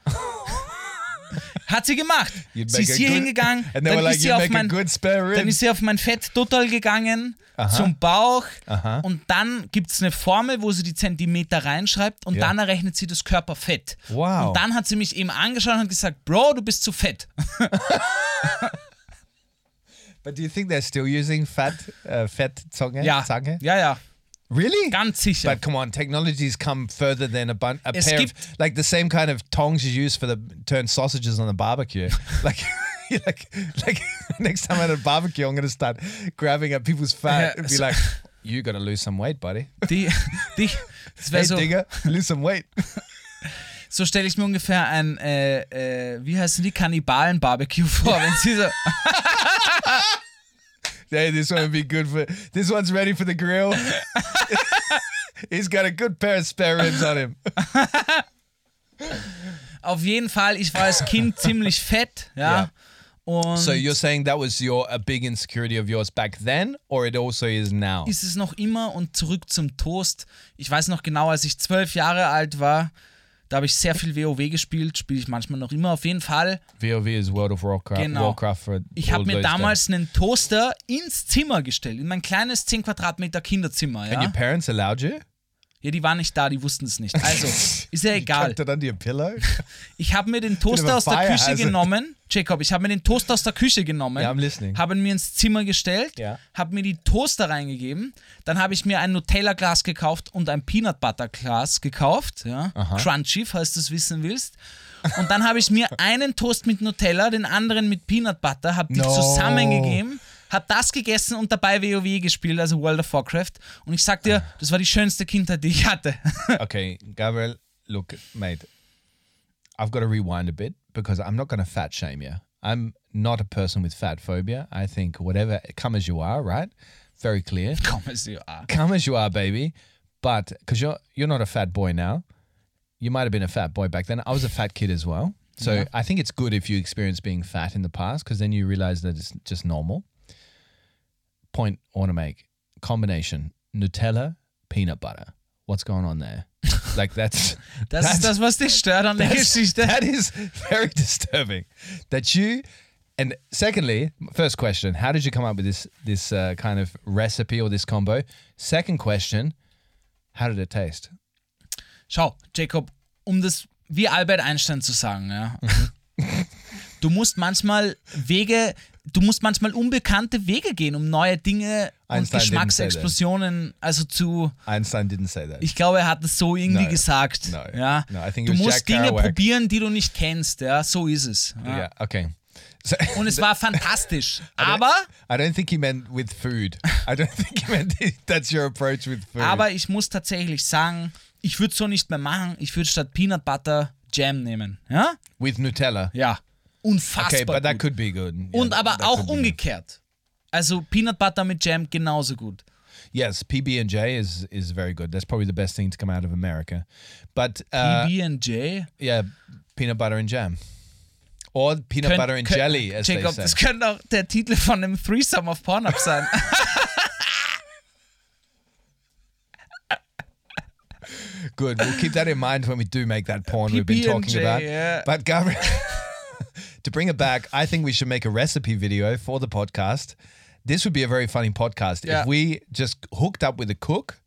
S3: Hat sie gemacht.
S4: You'd
S3: Sie
S4: make
S3: ist
S4: a
S3: hier
S4: good-
S3: hingegangen,
S4: And
S3: dann
S4: they were like,
S3: ist, sie
S4: you
S3: auf
S4: make a
S3: mein,
S4: good spare rib.
S3: dann ist sie auf mein Fetttottel gegangen, zum Bauch und dann gibt es eine Formel, wo sie die Zentimeter reinschreibt und
S4: Ja.
S3: dann errechnet sie das Körperfett.
S4: Wow.
S3: Und dann hat sie mich eben angeschaut und hat gesagt, Bro, du bist zu fett.
S4: But do you think they're still using fat, uh, fat zonge?
S3: Ja,
S4: Zange?
S3: ja, ja,
S4: Really?
S3: ganz sicher.
S4: But come on, technology's come further than a, bun- a
S3: Es
S4: pair of
S3: gibt-
S4: like the same kind of tongs you use for the turn sausages on the barbecue. like, you're like, like next time at a barbecue, I'm gonna start grabbing at people's fat
S3: Yeah,
S4: and be
S3: so-
S4: like, "You gotta lose some weight, buddy.
S3: die, die, das
S4: Hey,
S3: wäre so,
S4: digger, lose some weight."
S3: So stelle ich mir ungefähr ein, äh, äh, wie heißen die, Kannibalen-Barbecue vor, wenn sie so,
S4: Hey, this one would be good for. This one's ready for the grill. He's got a good pair of spare ribs on him.
S3: auf jeden Fall, ich war als Kind ziemlich fett, ja,
S4: Ja.
S3: und
S4: So you're saying that was your a big insecurity of yours back then, or it also is now?
S3: ist es noch immer und zurück zum Toast. Ich weiß noch genau, als ich zwölf Jahre alt war, da habe ich sehr viel WoW gespielt, spiele ich manchmal noch immer, auf jeden Fall.
S4: VOV is World of Warcraft.
S3: Genau.
S4: Warcraft for
S3: Ich habe
S4: all
S3: mir
S4: those
S3: damals einen Toaster ins Zimmer gestellt, in mein kleines 10 Quadratmeter Kinderzimmer,
S4: days. And
S3: ja.
S4: your parents allowed you?
S3: Ja, die waren nicht da, die wussten es nicht. Also, ist ja egal.
S4: Tucked it under your pillow?
S3: Ich habe mir den
S4: Bit of
S3: Toaster
S4: a
S3: aus der
S4: fire
S3: Küche
S4: hazard.
S3: genommen. Jacob, ich habe mir den Toaster aus der Küche genommen.
S4: Yeah, I'm listening.
S3: Habe ihn mir ins Zimmer gestellt,
S4: Ja.
S3: habe mir die Toaster reingegeben. Dann habe ich mir ein Nutella-Glas gekauft und ein Peanut Butter-Glas gekauft. Ja? Crunchy, falls du es wissen willst. Und dann habe ich mir einen Toast mit Nutella, den anderen mit Peanut Butter, habe die
S4: No.
S3: zusammengegeben. Hab das gegessen und dabei WoW gespielt, also World of Warcraft. Und ich sag dir, das war die schönste Kindheit, die ich hatte.
S4: okay, Gabriel, look, mate, I've got to rewind a bit because I'm not going to fat shame you. I'm not a person with fat phobia. I think whatever, come as you are, right? Very clear.
S3: Komm, es ist ja.
S4: Come as you are, baby. But because you're you're not a fat boy now, you might have been a fat boy back then. I was a fat kid as well. So I think it's good if you experience being fat in the past because then you realize that it's just normal. Point I want to make combination Nutella, peanut butter. What's going on there? like that's
S3: Das ist das, was dich stört an der
S4: that's-
S3: Geschichte.
S4: That is very disturbing. That you. And secondly, first question: How did you come up with this this uh, kind of recipe or this combo? Second question: How did it taste?
S3: Schau, Jacob, um das wie Albert Einstein zu sagen, ja.
S4: Mhm.
S3: Du musst manchmal Wege, du musst manchmal unbekannte Wege gehen, um neue Dinge
S4: Einstein
S3: und
S4: didn't
S3: Geschmacksexplosionen, also zu,
S4: Einstein didn't say that.
S3: ich glaube, er hat es so irgendwie
S4: No,
S3: gesagt.
S4: no,
S3: ja.
S4: no, I think
S3: du
S4: it was
S3: musst
S4: Jack
S3: Dinge
S4: Kerouac.
S3: probieren, die du nicht kennst, ja, so ist es. Ja.
S4: yeah. Okay. So,
S3: Und es war fantastisch. Aber,
S4: I don't think he meant with food. I don't think he meant that's your approach with food.
S3: aber ich muss tatsächlich sagen, ich würde es so nicht mehr machen. Ich würde statt Peanut Butter Jam nehmen. Ja?
S4: with Nutella.
S3: Ja. Unfassbar.
S4: Okay, but
S3: gut.
S4: that could be good. Yeah,
S3: Und aber
S4: that
S3: auch
S4: could be good.
S3: umgekehrt. Also Peanut Butter mit Jam genauso gut.
S4: Yes, PB and J is is very good. That's probably the best thing to come out of America. But uh,
S3: PB&J.
S4: yeah, peanut butter and jam, or peanut
S3: Könnt-
S4: butter and
S3: könnt-
S4: jelly, as
S3: Jacob,
S4: they
S3: das
S4: say.
S3: könnte auch der Titel von einem Threesome auf Pornhub sein.
S4: Good. We'll keep that in mind when we do make that porn we've been
S3: PB&J,
S4: talking about.
S3: yeah.
S4: But Gabriel, to bring it back, I think we should make a recipe video for the podcast. This would be a very funny podcast
S3: Yeah.
S4: if we just hooked up with a cook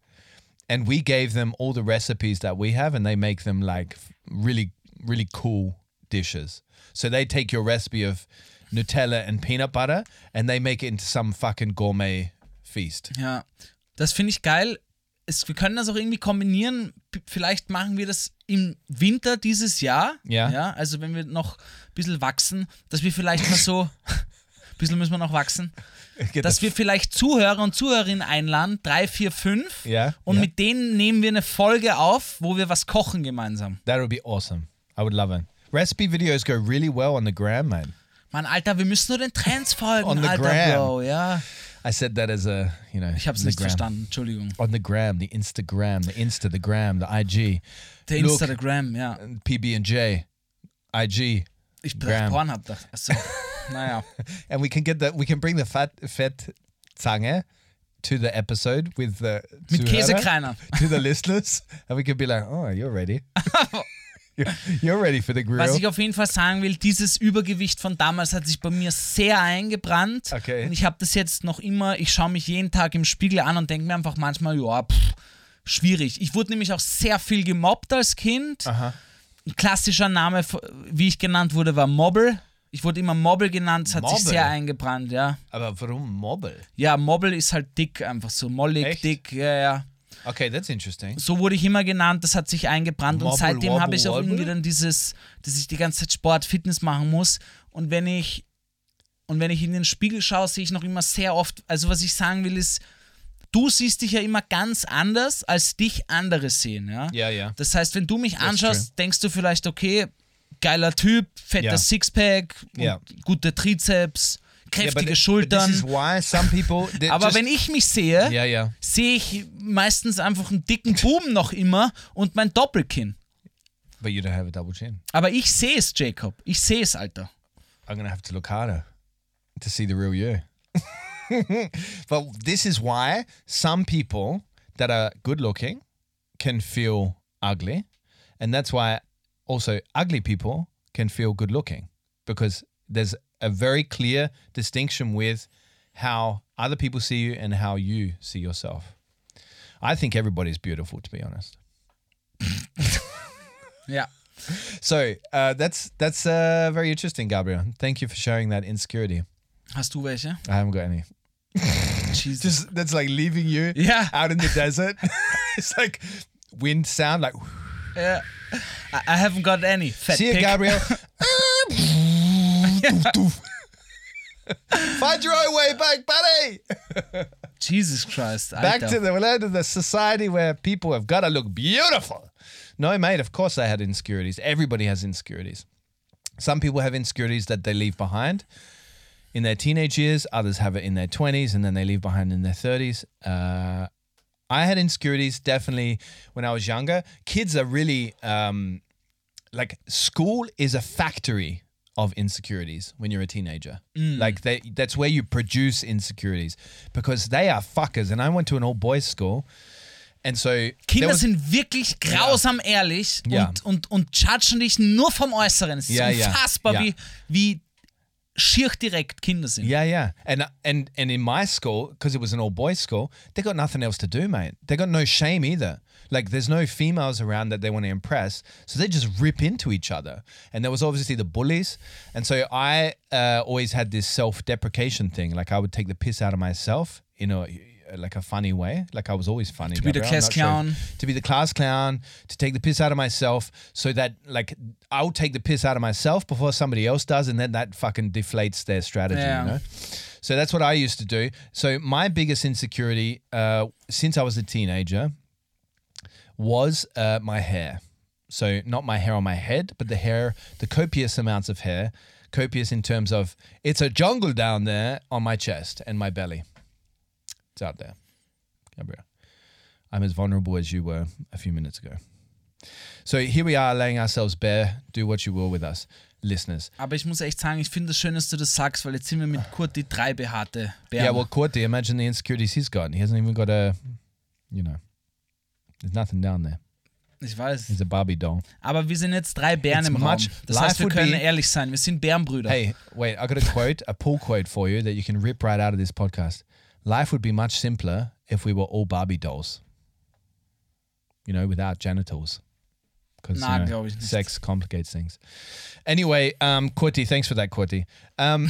S4: and we gave them all the recipes that we have and they make them like really really cool dishes so they take your recipe of nutella and peanut butter and they make it into some fucking gourmet feast
S3: ja, das finde ich geil. Es, wir können das auch irgendwie kombinieren. P- Vielleicht machen wir das im Winter dieses Jahr.
S4: Ja.
S3: ja also wenn wir noch ein bisschen wachsen, dass wir vielleicht mal so... Ein bisschen müssen wir noch wachsen.
S4: Get
S3: dass
S4: the
S3: wir vielleicht Zuhörer und Zuhörerinnen einladen, drei, vier, fünf.
S4: Ja,
S3: Und
S4: ja.
S3: mit denen nehmen wir eine Folge auf, wo wir was kochen gemeinsam.
S4: That would be awesome. I would love it. Recipe videos go really well on the gram, man.
S3: Mann, Alter, wir müssen nur den Trends folgen,
S4: On the
S3: Alter,
S4: gram.
S3: Bro. Ja.
S4: I said that as a, you know,
S3: Ich hab's
S4: the
S3: nicht
S4: gram.
S3: verstanden, Entschuldigung.
S4: On the gram, the Instagram, the Insta, the gram, the IG,
S3: Der
S4: Look.
S3: Instagram, ja.
S4: PB and J, IG.
S3: Ich
S4: Gram.
S3: dachte, Pornhub. dachte- Achso. Naja.
S4: and we can get the we can bring the fat fat zange to the episode with the
S3: Mit
S4: Zuhörer,
S3: Käsekreiner.
S4: to the listeners, and we can be like, oh, you're ready. You're- You're ready for the grill.
S3: Was ich auf jeden Fall sagen will, dieses Übergewicht von damals hat sich bei mir sehr eingebrannt.
S4: Okay.
S3: Und ich habe das jetzt noch immer, ich schaue mich jeden Tag im Spiegel an und denke mir einfach manchmal, ja, pff, schwierig. Ich wurde nämlich auch sehr viel gemobbt als Kind. Ein klassischer Name, f- wie ich genannt wurde, war Mobbel. Ich wurde immer Mobbel genannt, es hat sich
S4: Mobbel?
S3: sehr eingebrannt, ja.
S4: Aber warum Mobbel?
S3: Ja, Mobbel ist halt dick, einfach so mollig,
S4: Echt?
S3: dick, ja, ja.
S4: Okay, that's interesting.
S3: So wurde ich immer genannt, das hat sich eingebrannt und
S4: Wobble,
S3: seitdem
S4: wobble,
S3: habe ich auch
S4: wobble?
S3: irgendwie dann dieses, dass ich die ganze Zeit Sport, Fitness machen muss und wenn ich und wenn ich in den Spiegel schaue, sehe ich noch immer sehr oft, also was ich sagen will ist, du siehst dich ja immer ganz anders, als dich andere sehen, ja?
S4: Ja, ja.
S3: Das heißt, wenn du mich anschaust, denkst du vielleicht, okay, geiler Typ, fetter
S4: Ja.
S3: Sixpack, und
S4: Ja.
S3: gute Trizeps,
S4: Yeah,
S3: kräftige
S4: but, th- but
S3: Schultern.
S4: this is why some people. they
S3: aber
S4: just-
S3: wenn ich mich sehe,
S4: Yeah, yeah.
S3: sehe ich meistens einfach einen dicken Buben noch immer und mein Doppelkinn.
S4: But you don't have a double chin.
S3: Aber ich sehe es, Jacob. Ich sehe es, Alter.
S4: I'm gonna have to look harder to see the real you. but this is why some people that are good looking can feel ugly, and that's why also ugly people can feel good looking because there's a very clear distinction with how other people see you and how you see yourself. I think everybody's beautiful, to be honest.
S3: Ja.
S4: So uh, that's that's uh, very interesting, Gabriel. Thank you for sharing that insecurity.
S3: Hast du welche?
S4: I haven't got any.
S3: Jesus.
S4: just that's like leaving you
S3: Yeah.
S4: out in the desert. it's like wind sound, like
S3: Äh, I I haven't got any. Fat
S4: see you,
S3: pick.
S4: Gabriel. Find your own way back, buddy.
S3: Jesus Christ, Alter.
S4: Back to the land of the society where people have got to look beautiful. No, mate. Of course, I had insecurities. Everybody has insecurities. Some people have insecurities that they leave behind in their teenage years. Others have it in their twenties, and then they leave behind in their thirties. Uh, I had insecurities definitely when I was younger. Kids are really um, like school is a factory of insecurities when you're a teenager. Like they, that's where you produce insecurities because they are fuckers. And I went to an all boys school, and so there
S3: Kinder
S4: was-
S3: sind wirklich grausam ehrlich
S4: Ja.
S3: und, und, und judgen dich nur vom Äußeren. Es ist
S4: Ja, ja.
S3: unfassbar,
S4: Ja.
S3: Wie, wie schier direkt Kinder sind.
S4: Yeah, yeah. And and and in my school, because it was an all boys school, they got nothing else to do, mate. They got no shame either. Like there's no females around that they want to impress, so they just rip into each other. And there was obviously the bullies, and so I uh, always had this self-deprecation thing. Like I would take the piss out of myself, you know. Like a funny way, like I was always funny. To
S3: be the class clown.
S4: to be the class clown, to take the piss out of myself, so that like I'll take the piss out of myself before somebody else does, and then that fucking deflates their strategy,
S3: Yeah.
S4: you know. So that's what I used to do. So my biggest insecurity uh, since I was a teenager was uh, my hair. So not my hair on my head, but the hair, the copious amounts of hair, copious in terms of it's a jungle down there on my chest and my belly. It's out there, Gabriel. I'm as vulnerable as you were a few minutes ago. So here we are laying ourselves bare. Do what you will with us, listeners.
S3: Aber ich muss echt sagen, ich finde es schön, dass du das sagst, weil jetzt sind wir mit Kurt die drei behaarte
S4: Yeah,
S3: Bären.
S4: well, Corti, imagine the insecurities he's got. He hasn't even got a, you know, there's nothing down there.
S3: ich weiß.
S4: He's a Barbie doll.
S3: Aber wir sind jetzt drei Bären
S4: It's
S3: im Raum.
S4: much-
S3: Das
S4: life
S3: heißt, wir
S4: would
S3: können
S4: be-
S3: ehrlich sein. Wir sind Bärenbrüder.
S4: Hey, wait, I got a quote, a pull quote for you that you can rip right out of this podcast. Life would be much simpler if we were all Barbie dolls, you know, without genitals. Because
S3: Nah, glaube ich nicht.
S4: sex complicates things. Anyway, um, Corti, thanks for that, Corti. Um,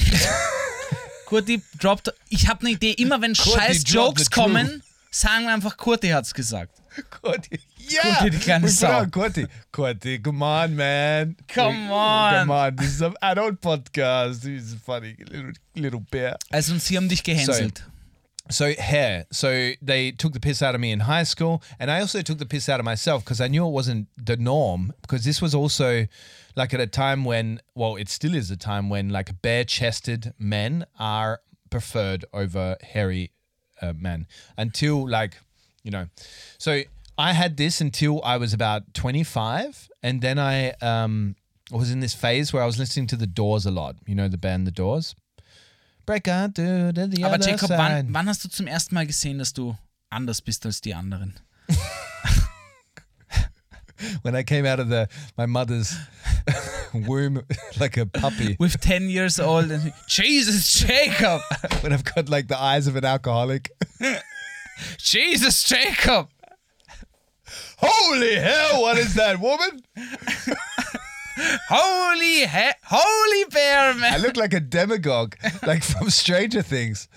S3: Kurti droppt. Ich habe eine Idee. Immer wenn
S4: Kurti
S3: scheiß
S4: droppt the
S3: Jokes
S4: truth.
S3: kommen, sagen wir einfach, Kurti hat's gesagt.
S4: Corti. Yeah.
S3: Corti, die kleine
S4: we put
S3: Sau.
S4: out Corti. Corti, come on, man.
S3: Come
S4: We-
S3: on.
S4: Come on. This is an adult podcast. He's a funny little, little bear.
S3: Also, und sie haben dich gehänselt.
S4: So hair. So they took the piss out of me in high school, and I also took the piss out of myself because I knew it wasn't the norm. Because this was also like at a time when, well, it still is a time when like bare-chested men are preferred over hairy uh, men until like, you know, so I had this until I was about twenty-five, and then I um I was in this phase where I was listening to The Doors a lot. You know the band The Doors? Break out to the
S3: Aber
S4: other
S3: Jacob,
S4: side.
S3: wann, wann hast du zum ersten Mal gesehen, dass du anders bist als die anderen?
S4: When I came out of the my mother's womb like a puppy,
S3: With 10 years old and Jesus Jacob!
S4: when I've got like the eyes of an alcoholic.
S3: Jesus Jacob!
S4: Holy hell, what is that woman?
S3: Holy he Holy Bear
S4: I
S3: Man!
S4: look like a demagogue, like from Stranger Things.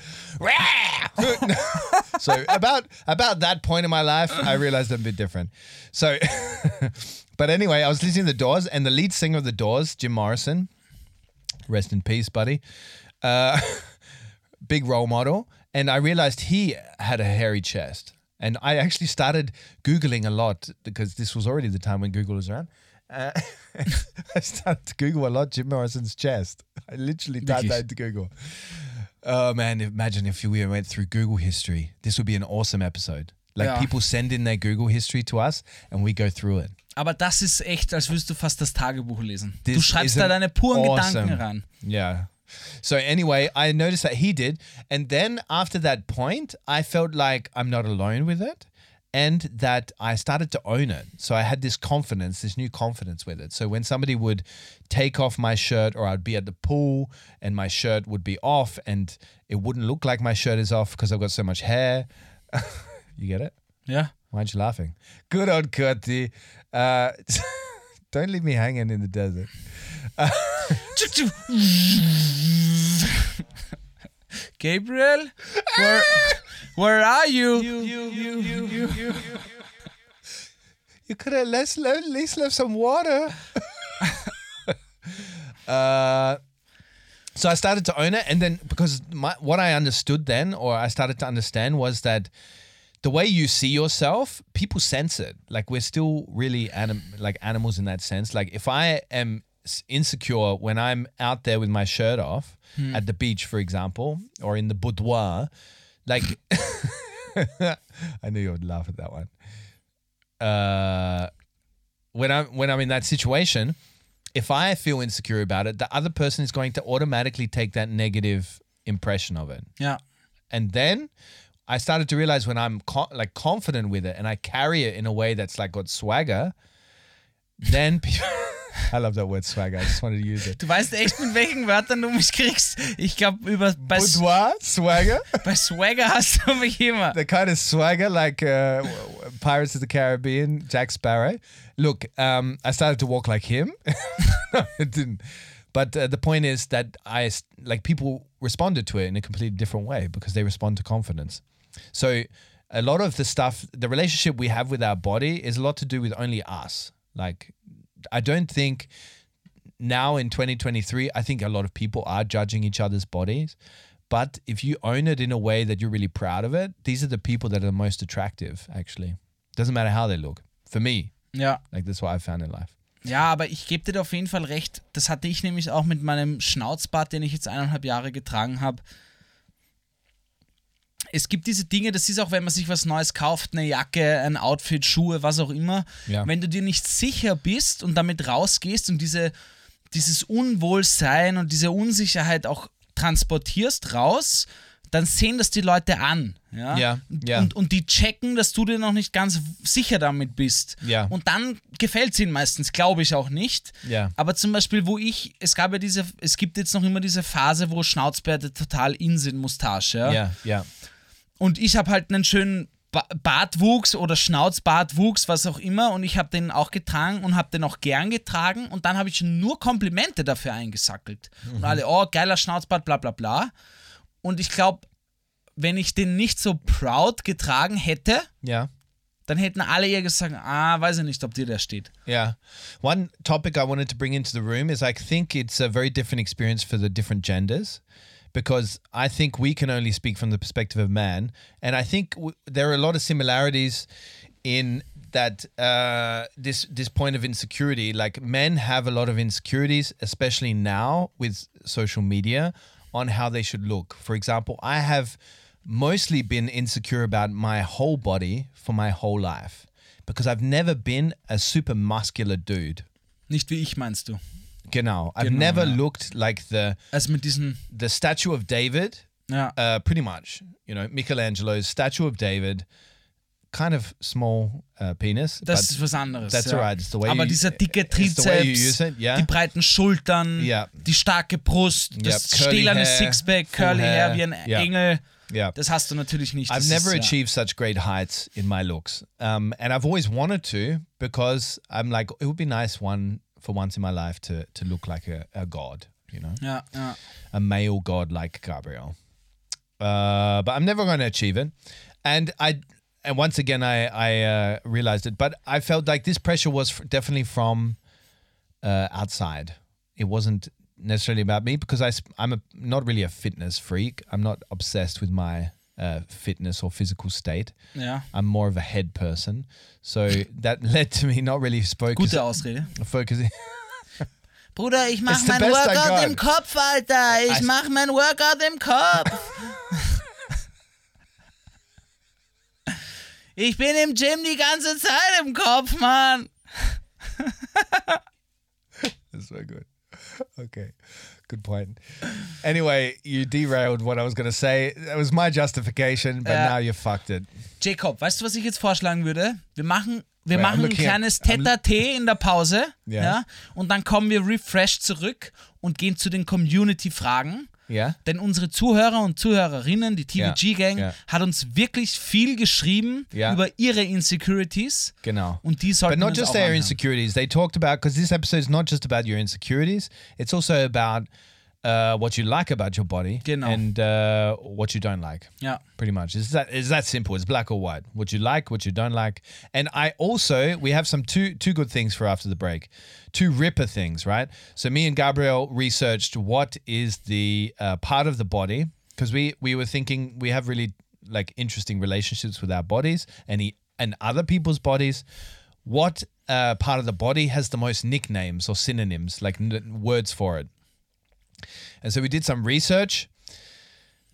S4: so about about that point in my life, I realized I'm a bit different. So, but anyway, I was listening to the Doors, and the lead singer of the Doors, Jim Morrison, rest in peace, buddy, uh, big role model, and I realized he had a hairy chest, and I actually started googling a lot because this was already the time when Google was around. Uh, I started to Google a lot Jim Morrison's chest. I literally typed
S3: Wirklich?
S4: that into Google. Oh man, imagine if we went through Google history. This would be an awesome episode. Like
S3: Yeah.
S4: people send in their Google history to us and we go through it.
S3: Aber das ist echt, als würdest du fast das Tagebuch lesen. du
S4: This
S3: schreibst
S4: is
S3: da
S4: an
S3: deine puren
S4: awesome-
S3: Gedanken ran.
S4: Yeah. So anyway, I noticed that he did. And then after that point, I felt like I'm not alone with it and that I started to own it. So I had this confidence, this new confidence with it. So when somebody would take off my shirt or I'd be at the pool and my shirt would be off and it wouldn't look like my shirt is off because I've got so much hair. you get it?
S3: Ja.
S4: Why aren't you laughing? Good old Kurti. Uh, don't leave me hanging in the desert.
S3: Gabriel, where, where are you?
S4: You could have less, le- at least left some water. uh, so I started to own it, and then because my, what I understood then, or I started to understand, was that the way you see yourself, people sense it. Like we're still really anim- like animals in that sense. Like if I am s- insecure when I'm out there with my shirt off at the beach, for example, or in the boudoir, like I knew you would laugh at that one. Uh, when I'm when I'm in that situation, if I feel insecure about it, the other person is going to automatically take that negative impression of it.
S3: Ja.
S4: And then I started to realize when I'm co- like confident with it and I carry it in a way that's like got swagger, then people. I love that word swagger. I just wanted to use it.
S3: Du weißt echt, mit welchen Wörtern du mich kriegst. Ich glaube, über bei, S-
S4: Boudoir swagger,
S3: bei Swagger hast du mich immer.
S4: the kind of swagger like uh, Pirates of the Caribbean, Jack Sparrow. Look, um, I started to walk like him. no, it didn't. But uh, the point is that I s- like people responded to it in a completely different way because they respond to confidence. So a lot of the stuff, the relationship we have with our body is a lot to do with only us. Like I don't think now in 2023, I think a lot of people are judging each other's bodies. But if you own it in a way that you're really proud of it, these are the people that are the most attractive, actually. Doesn't matter how they look. For me,
S3: Ja.
S4: like that's what I found in life.
S3: Ja, aber ich gebe dir da auf jeden Fall recht. Das hatte ich nämlich auch mit meinem Schnauzbart, den ich jetzt eineinhalb Jahre getragen habe. Es gibt diese Dinge, das ist auch, wenn man sich was Neues kauft, eine Jacke, ein Outfit, Schuhe, was auch immer.
S4: Ja.
S3: Wenn du dir nicht sicher bist und damit rausgehst und diese, dieses Unwohlsein und diese Unsicherheit auch transportierst raus, dann sehen das die Leute an. Ja,
S4: Ja, ja.
S3: Und, und die checken, dass du dir noch nicht ganz sicher damit bist.
S4: Ja.
S3: Und dann gefällt es ihnen meistens, glaube ich auch nicht.
S4: Ja.
S3: Aber zum Beispiel, wo ich, es gab ja diese, es gibt jetzt noch immer diese Phase, wo Schnauzbärte total in sind, Mustache. Ja?
S4: Yeah, yeah.
S3: Und ich habe halt einen schönen ba Bartwuchs oder Schnauzbartwuchs, was auch immer. Und ich habe den auch getragen und habe den auch gern getragen. Und dann habe ich nur Komplimente dafür eingesackelt. Und alle, oh, geiler Schnauzbart, bla bla bla. Und ich glaube, wenn ich den nicht so proud getragen hätte,
S4: Yeah.
S3: dann hätten alle eher gesagt, ah, weiß ich nicht, ob dir der steht.
S4: Yeah. One topic I wanted to bring into the room is I think it's a very different experience for the different genders because I think we can only speak from the perspective of man. And I think w- there are a lot of similarities in that uh, this this point of insecurity. Like men have a lot of insecurities, especially now with social media, on how they should look. For example, I have mostly been insecure about my whole body for my whole life because I've never been a super muscular dude.
S3: Nicht wie ich, meinst du?
S4: Genau. I've
S3: Genau,
S4: never
S3: ja.
S4: looked like the
S3: Also mit diesen,
S4: the statue of David.
S3: ja,
S4: Uh, pretty much, you know, Michelangelo's statue of David, kind of small uh, penis.
S3: das
S4: but
S3: ist was anderes.
S4: that's
S3: ja.
S4: alright, it's the way
S3: Aber
S4: you-
S3: dieser dicke
S4: it's the way you
S3: Trizeps,
S4: use it, yeah.
S3: die breiten Schultern,
S4: Yeah.
S3: die starke Brust, das
S4: curly
S3: stählerne
S4: hair,
S3: Sixpack,
S4: full
S3: Curly Hair
S4: hair,
S3: wie ein
S4: yeah.
S3: Engel,
S4: yeah.
S3: das hast du natürlich nicht.
S4: I've
S3: das
S4: never
S3: ist, ja.
S4: achieved such great heights in my looks, um, and I've always wanted to because I'm like, it would be nice one for once in my life to to look like a, a god, you know,
S3: Ja, ja.
S4: a male god like Gabriel. Uh, but I'm never going to achieve it, and I and once again I I uh, realized it, but I felt like this pressure was f- definitely from uh, outside. It wasn't necessarily about me because I sp- I'm a, not really a fitness freak. I'm not obsessed with my uh, fitness or physical state.
S3: ja.
S4: I'm more of a head person, so that led to me not really focus,
S3: Gute Ausrede.
S4: focusing.
S3: Bruder, ich mach
S4: It's the
S3: mein
S4: best I
S3: Workout
S4: got.
S3: im Kopf, Alter. Ich
S4: I-
S3: mach mein Workout im Kopf. ich bin im Gym die ganze Zeit im Kopf, Mann.
S4: That's so good. Okay, good point. Anyway, you derailed what I was going to say. That was my justification, but
S3: Yeah.
S4: now you fucked it.
S3: Jacob, weißt du, was ich jetzt vorschlagen würde? Wir machen, wir
S4: Wait, I'm
S3: machen ein
S4: looking at-
S3: kleines
S4: I'm-
S3: Tete-a-Tee in der Pause.
S4: Ja.
S3: Ja, und dann kommen wir refreshed zurück und gehen zu den Community-Fragen.
S4: Yeah.
S3: Denn unsere Zuhörer und Zuhörerinnen, die
S4: Ja,
S3: TVG-Gang,
S4: ja.
S3: hat uns wirklich viel geschrieben
S4: Ja.
S3: über ihre Insecurities.
S4: Genau.
S3: Und die
S4: But
S3: sollten
S4: not
S3: uns
S4: just
S3: auch
S4: their
S3: anhören.
S4: insecurities. They talked about because this episode is not just about your insecurities. It's also about uh, what you like about your body
S3: Genau.
S4: and uh, what you don't like.
S3: Ja.
S4: Pretty much. It's that it's that simple. It's black or white. What you like, what you don't like. And I also we have some two two good things for after the break. Two ripper things, right? So me and Gabriel researched what is the uh, part of the body because we we were thinking we have really like interesting relationships with our bodies and e- and other people's bodies. What uh, part of the body has the most nicknames or synonyms, like n- words for it? And so we did some research.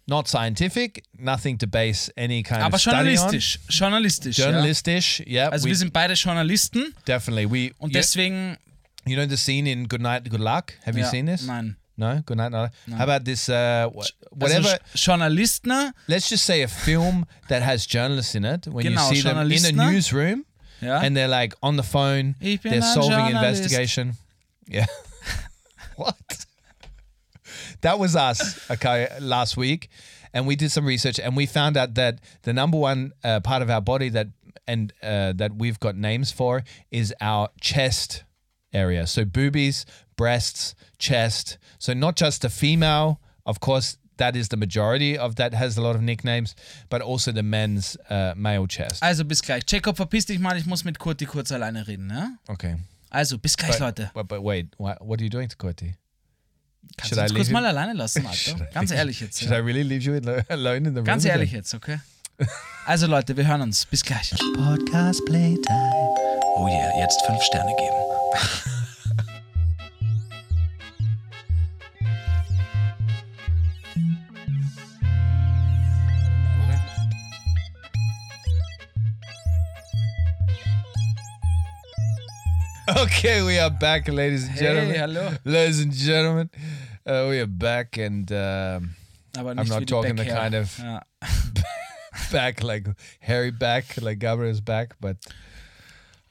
S4: Not scientific, nothing to base any kind
S3: Aber
S4: of study on.
S3: journalistisch. Journalistisch.
S4: Journalistisch, yeah.
S3: ja. Also
S4: we,
S3: wir sind beide Journalisten
S4: definitely we.
S3: und
S4: you,
S3: deswegen.
S4: you know the scene in Good Night, Good Luck. Have you
S3: ja,
S4: seen this?
S3: Nein.
S4: No, Good Night, Good Luck. How about this? Uh, wh- whatever.
S3: Also Sch- Journalisten,
S4: let's just say a film that has journalists in it. When
S3: Genau,
S4: you see them in a
S3: Journalisten.
S4: newsroom
S3: ja.
S4: and they're like on the phone,
S3: Ich bin
S4: they're
S3: ein
S4: solving
S3: Journalist.
S4: investigation. Yeah. what? That was us, okay, last week, and we did some research, and we found out that the number one uh, part of our body that and uh, that we've got names for is our chest area. So boobies, breasts, chest. So not just the female, of course, that is the majority of that has a lot of nicknames, but also the men's uh, male chest.
S3: Also bis gleich. Jacob, verpiss dich mal, ich muss mit Kurti kurz alleine reden, ne?
S4: Okay,
S3: Also, bis gleich,
S4: but,
S3: Leute.
S4: but, but wait, what, what are you doing to Koti?
S3: Kannst
S4: should
S3: du
S4: I
S3: uns
S4: leave
S3: kurz
S4: him?
S3: mal alleine lassen, Alter?
S4: Should I
S3: Ganz
S4: leave-
S3: ehrlich jetzt.
S4: Should I
S3: Ja.
S4: really leave you in- alone in the room?
S3: Ganz
S4: with
S3: ehrlich
S4: him?
S3: jetzt, okay? Also Leute, wir hören uns. Bis gleich.
S2: Podcast Playtime. Oh yeah, jetzt fünf Sterne geben.
S4: Okay, we are back, ladies and gentlemen.
S3: Hey, hallo.
S4: Ladies and gentlemen, uh, we are back and um,
S3: Aber nicht
S4: not
S3: wie die
S4: talking the
S3: Backhair.
S4: kind of-
S3: ja.
S4: back like hairy back, like Gabriel's back, but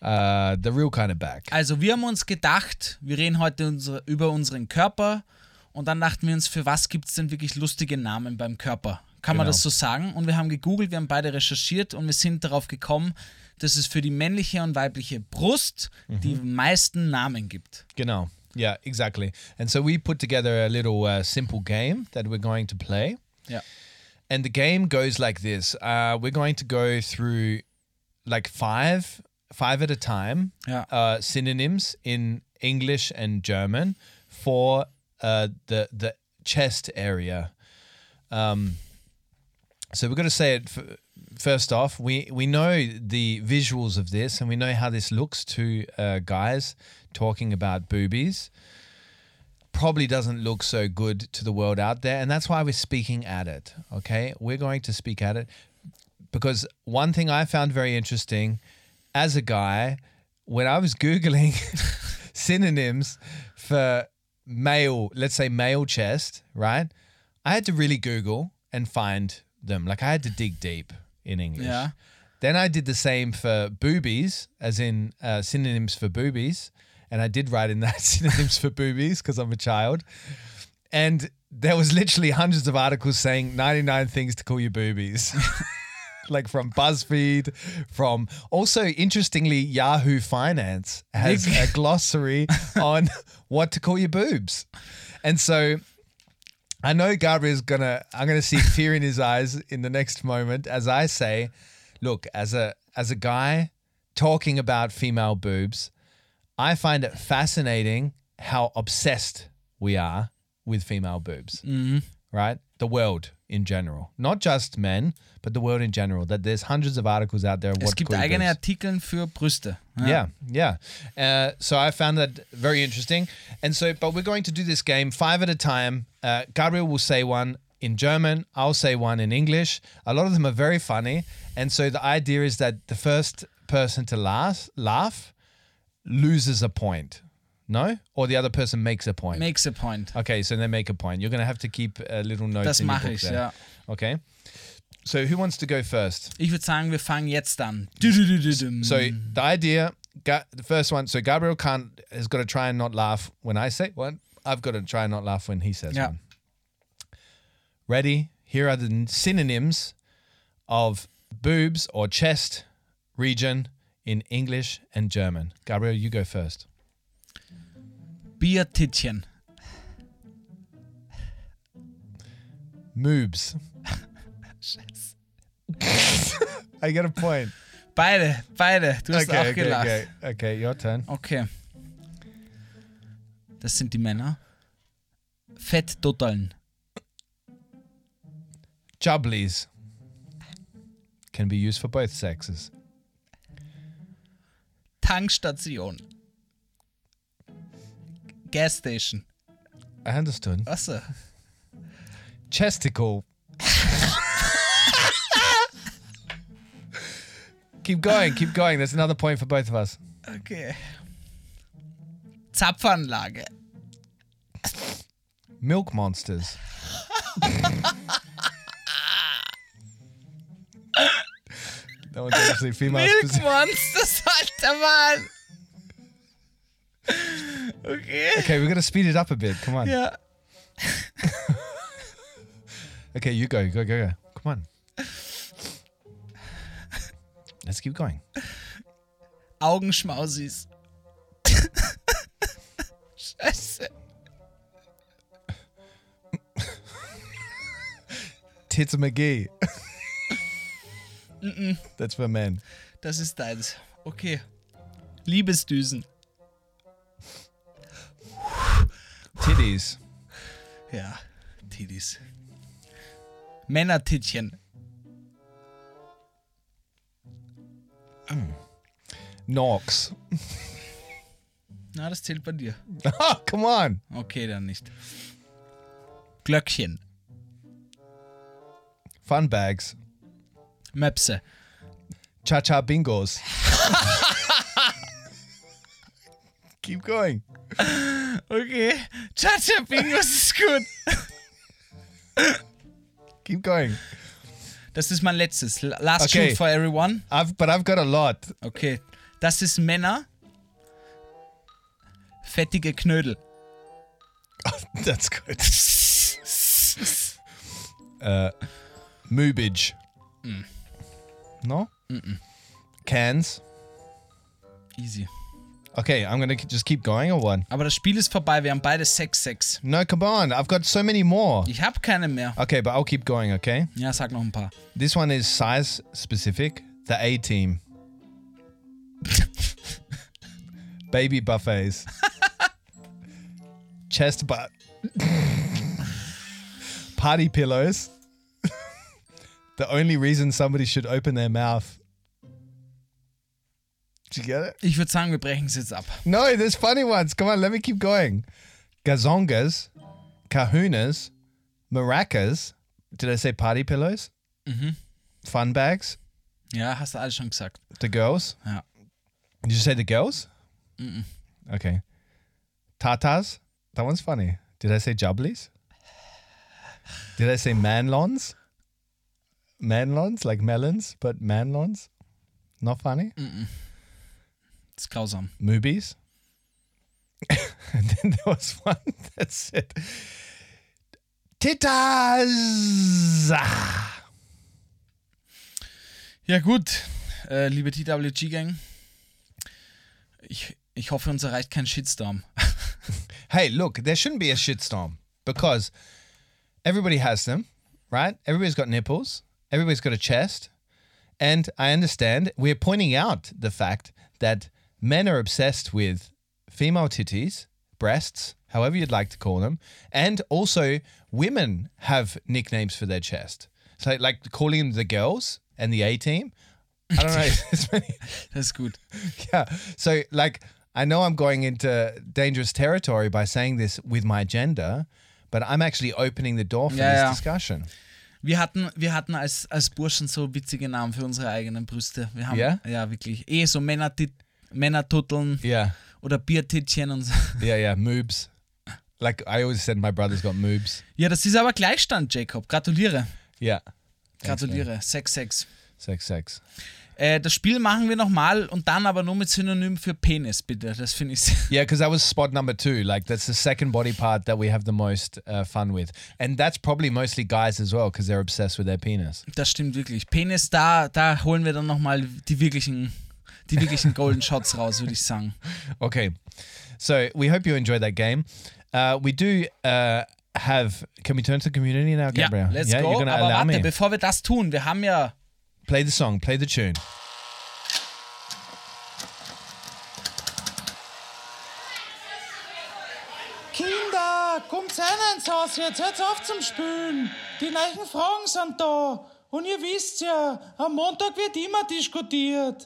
S4: uh, the real kind of back.
S3: Also wir haben uns gedacht, wir reden heute unsere, über unseren Körper und dann dachten wir uns, für was gibt es denn wirklich lustige Namen beim Körper? Kann man
S4: Genau.
S3: das so sagen? Und wir haben gegoogelt, wir haben beide recherchiert und wir sind darauf gekommen, dass es für die männliche und weibliche Brust
S4: Mhm.
S3: die meisten Namen gibt.
S4: Genau. Yeah, exactly. And so we put together a little uh, simple game that we're going to play.
S3: Ja.
S4: And the game goes like this. Uh, we're going to go through like five, five at a time,
S3: Yeah.
S4: uh, synonyms in English and German for uh, the the chest area. Um, so we're going to say it f- first off. We we know the visuals of this, and we know how this looks to uh, guys talking about boobies. Probably doesn't look so good to the world out there, and that's why we're speaking at it. Okay, we're going to speak at it because one thing I found very interesting as a guy when I was googling synonyms for male, let's say male chest, right? I had to really Google and find them. Like I had to dig deep in English.
S3: Yeah.
S4: Then I did the same for boobies, as in uh, synonyms for boobies. And I did write in that synonyms for boobies because I'm a child. And there was literally hundreds of articles saying 99 things to call your boobies. like from BuzzFeed, from also interestingly, Yahoo Finance has a glossary on what to call your boobs. And so I know Gabriel's gonna I'm gonna see fear in his eyes in the next moment as I say, look, as a as a guy talking about female boobs, I find it fascinating how obsessed we are with female boobs. Right? The world in general. Not just men, but the world in general. That there's hundreds of articles out there. what
S3: Es gibt
S4: cool
S3: eigene
S4: boobs.
S3: Artikel für Brüste.
S4: Yeah, yeah. Uh, so I found that very interesting. And so, but we're going to do this game five at a time. Uh, Gabriel will say one in German, I'll say one in English. A lot of them are very funny. And so the idea is that the first person to laugh, laugh loses a point. No? Or the other person makes a point.
S3: Makes a point.
S4: okay, so they make a point. You're going to have to keep a little note.
S3: Das
S4: in your
S3: mache
S4: book
S3: ich,
S4: there.
S3: ja.
S4: Okay. So who wants to go first?
S3: Ich würde sagen, wir fangen jetzt an. Dü-dü-dü-dü-düm.
S4: So the idea, Ga- the first one. So Gabriel can't has got to try and not laugh when I say one. I've got to try and not laugh when he says
S3: Ja.
S4: one. Ready? Here are the n- synonyms of boobs or chest region in English and German. Gabriel, you go first.
S3: Biertittchen.
S4: Moobs. I get a point.
S3: Beide, beide. Du hast auch
S4: Okay, okay,
S3: gelacht.
S4: okay, okay. Your turn.
S3: Okay. Das sind die Männer. Fetttotteln.
S4: Jubblies can be used for both sexes.
S3: Tankstation. Gasstation.
S4: I understood.
S3: Achso.
S4: chesticle. keep going, keep going. There's another point for both of us.
S3: Okay. Zapfanlage.
S4: Milk monsters. that one's actually female specific.
S3: Milchmonsters, alter Mann. Okay.
S4: Okay, we're gonna speed it up a bit. Come on.
S3: Ja.
S4: Okay, you go, go, go, go. Come on. Let's keep going.
S3: Augenschmausis. Scheiße.
S4: Tits McGee. That's for men.
S3: Das ist deins. Okay. Liebesdüsen.
S4: Titties.
S3: Ja, Tidis. Männertittchen.
S4: Norks.
S3: Na, das zählt bei dir.
S4: Oh, come on.
S3: Okay, dann nicht. Glöckchen.
S4: Fun bags.
S3: Möpse.
S4: Cha cha bingos. Keep going.
S3: Okay. Chacha Bingos ist gut.
S4: Keep going.
S3: Das ist mein letztes. L- Last
S4: Okay.
S3: shoot for everyone.
S4: I've but I've got a lot.
S3: Okay. Das ist Männer. Fettige Knödel.
S4: That's good. uh moobage. No? Mm-mm. Cans.
S3: Easy.
S4: Okay, I'm gonna k- just keep going or what?
S3: Aber das Spiel ist vorbei. Wir haben beide Sex, Sex.
S4: No, come on. I've got so many more.
S3: Ich hab keine mehr.
S4: Okay, but I'll keep going, okay?
S3: Ja, sag noch ein paar.
S4: This one is size specific. The A team. Baby buffets. Chest butt. Party pillows. the only reason somebody should open their mouth. Did you get it?
S3: Ich würde sagen, wir brechen es jetzt ab.
S4: No, there's funny ones. Come on, let me keep going. Gazongas, kahunas, maracas. Did I say party pillows? Mm-hmm. Fun bags.
S3: Ja, hast du alles schon gesagt.
S4: The girls?
S3: Yeah.
S4: Did you say the girls? Mm-mm. Okay. Tatas? That one's funny. Did I say jubblies? Did I say manlons? Manlons, like melons, but manlons? Not funny.
S3: Das ist grausam.
S4: Movies. and then there was one that said, Titas! Ah.
S3: Ja, gut, äh, liebe TWG-Gang. Ich, ich hoffe, uns erreicht kein Shitstorm.
S4: Hey, look, there shouldn't be a shitstorm because everybody has them, right? Everybody's got nipples, everybody's got a chest. And I understand we're pointing out the fact that men are obsessed with female titties, breasts, however you'd like to call them, and also women have nicknames for their chest. So, like calling them the girls and the A team. I don't know. It's many-
S3: Das ist gut.
S4: yeah. So, like, I know I'm going into dangerous territory by saying this with my gender, but I'm actually opening the door for
S3: Yeah,
S4: this
S3: yeah.
S4: discussion.
S3: Wir hatten, wir hatten als, als Burschen so witzige Namen für unsere eigenen Brüste. Wir haben,
S4: Ja?
S3: Ja, wirklich. Eh so Männertit- Männertutteln
S4: Yeah.
S3: oder Biertittchen und so.
S4: Yeah. Yeah. Moobs. Like, I always said my brother's got moobs.
S3: Ja, das ist aber Gleichstand, Jacob. Gratuliere.
S4: Yeah.
S3: Gratuliere. 6-6.
S4: Sex, sex.
S3: Äh, das Spiel machen wir nochmal und dann aber nur mit Synonym für Penis, bitte. Das finde ich sehr.
S4: Yeah, because that was spot number two. Like, that's the second body part that we have the most uh, fun with. And that's probably mostly guys as well, because they're obsessed with their penis.
S3: Das stimmt wirklich. Penis, da, da holen wir dann nochmal die wirklichen, die wirklichen Golden Shots raus, würde ich sagen.
S4: Okay. So we hope you enjoyed that game. Uh, we do uh, have. Can we turn to the community now,
S3: Ja,
S4: Gabriel?
S3: let's
S4: yeah,
S3: go.
S4: You're gonna
S3: Aber
S4: allow
S3: warte,
S4: me.
S3: bevor wir das tun, wir haben ja.
S4: Play the song. Play the tune.
S6: Kinder, kommt rein ins Haus, jetzt hört auf zum Spülen. Die neuen Fragen sind da. Und ihr wisst ja, am Montag wird immer diskutiert.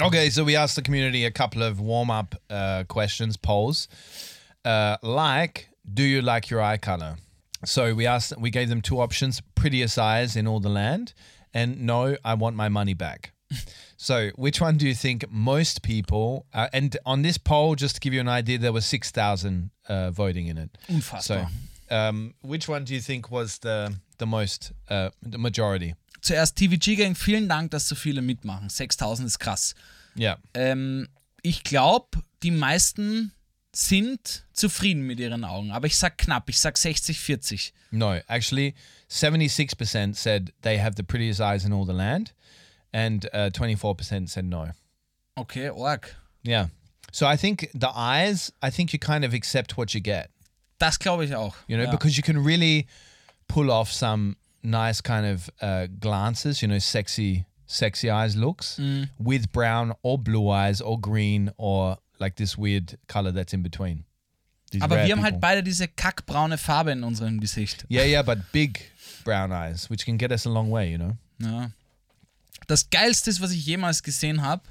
S4: Okay, so we asked the community a couple of warm up uh, questions, polls, uh, like do you like your eye color? So we asked, we gave them two options: prettiest eyes in all the land, and no, I want my money back. so which one do you think most people? Uh, and on this poll, just to give you an idea, there were six thousand uh, voting in it.
S3: Mm. Unfassbar.
S4: So, um, which one do you think was the the most uh, the majority?
S3: Zuerst TVG Gang, vielen Dank, dass so viele mitmachen. 6000 ist krass.
S4: Yeah,
S3: Ähm, ich glaube, die meisten sind zufrieden mit ihren Augen. Aber ich sag knapp, ich sag 60, 40.
S4: No, actually, 76% said they have the prettiest eyes in all the land, and uh, 24% said no.
S3: Okay, Org.
S4: Yeah. So I think the eyes, I think you kind of accept what you get,
S3: Das glaube ich auch.
S4: you know,
S3: ja.
S4: because you can really pull off some nice kind of uh, glances, you know, sexy, sexy eyes looks with brown or blue eyes or green or like this weird color that's in between. These
S3: Aber
S4: rare
S3: wir haben
S4: people.
S3: halt beide diese kackbraune Farbe in unserem Gesicht.
S4: yeah, yeah, but big brown eyes, which can get us a long way, you know.
S3: Ja. Das Geilste ist, was ich jemals gesehen habe,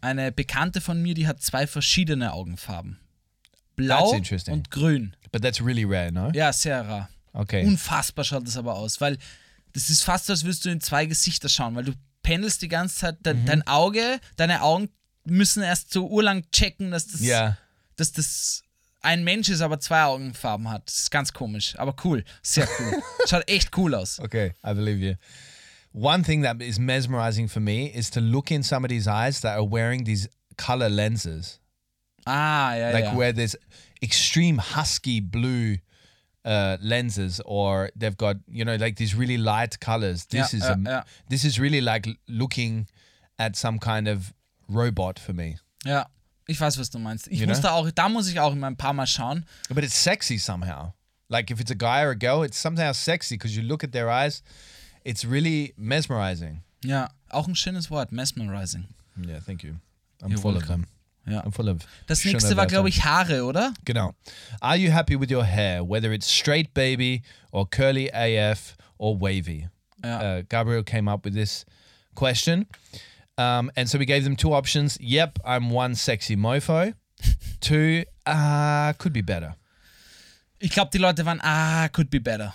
S3: eine Bekannte von mir, die hat zwei verschiedene Augenfarben. Blau
S4: That's interesting.
S3: und grün.
S4: But that's really rare, no?
S3: Ja, sehr rar.
S4: Okay.
S3: Unfassbar schaut das aber aus, weil das ist fast, als würdest du in zwei Gesichter schauen, weil du pendelst die ganze Zeit, dein,
S4: Mhm.
S3: dein Auge, deine Augen müssen erst so urlang checken, dass das,
S4: Yeah.
S3: dass das ein Mensch ist, aber zwei Augenfarben hat. Das ist ganz komisch, aber cool, sehr cool. schaut echt cool aus.
S4: Okay, I believe you. One thing that is mesmerizing for me is to look in somebody's eyes that are wearing these color lenses,
S3: Ah, ja,
S4: like
S3: ja.
S4: where there's extreme husky blue uh, lenses, or they've got you know like these really light colors. This
S3: Yeah,
S4: is
S3: yeah,
S4: am-
S3: yeah.
S4: this is really like l- looking at some kind of robot for me.
S3: Ja, ich weiß, was du meinst. Ich
S4: You
S3: muss
S4: know?
S3: da auch, da muss ich auch immer ein paar Mal schauen.
S4: But it's sexy somehow. Like if it's a guy or a girl, it's somehow sexy because you look at their eyes. It's really mesmerizing.
S3: Ja, auch ein schönes Wort, mesmerizing.
S4: Yeah, thank you. I'm
S3: You're
S4: full
S3: welcome.
S4: of them.
S3: Ja.
S4: I'm full of.
S3: Das
S4: schöne
S3: nächste war,
S4: Wörter.
S3: glaube ich, Haare, oder?
S4: Genau. Are you happy with your hair, whether it's straight baby or curly AF or wavy? Uh, Gabriel came up with this question. Um, and so we gave them two options. Yep, I'm one sexy mofo. two, uh, could be better.
S3: Ich glaube, die Leute waren, ah, could be better.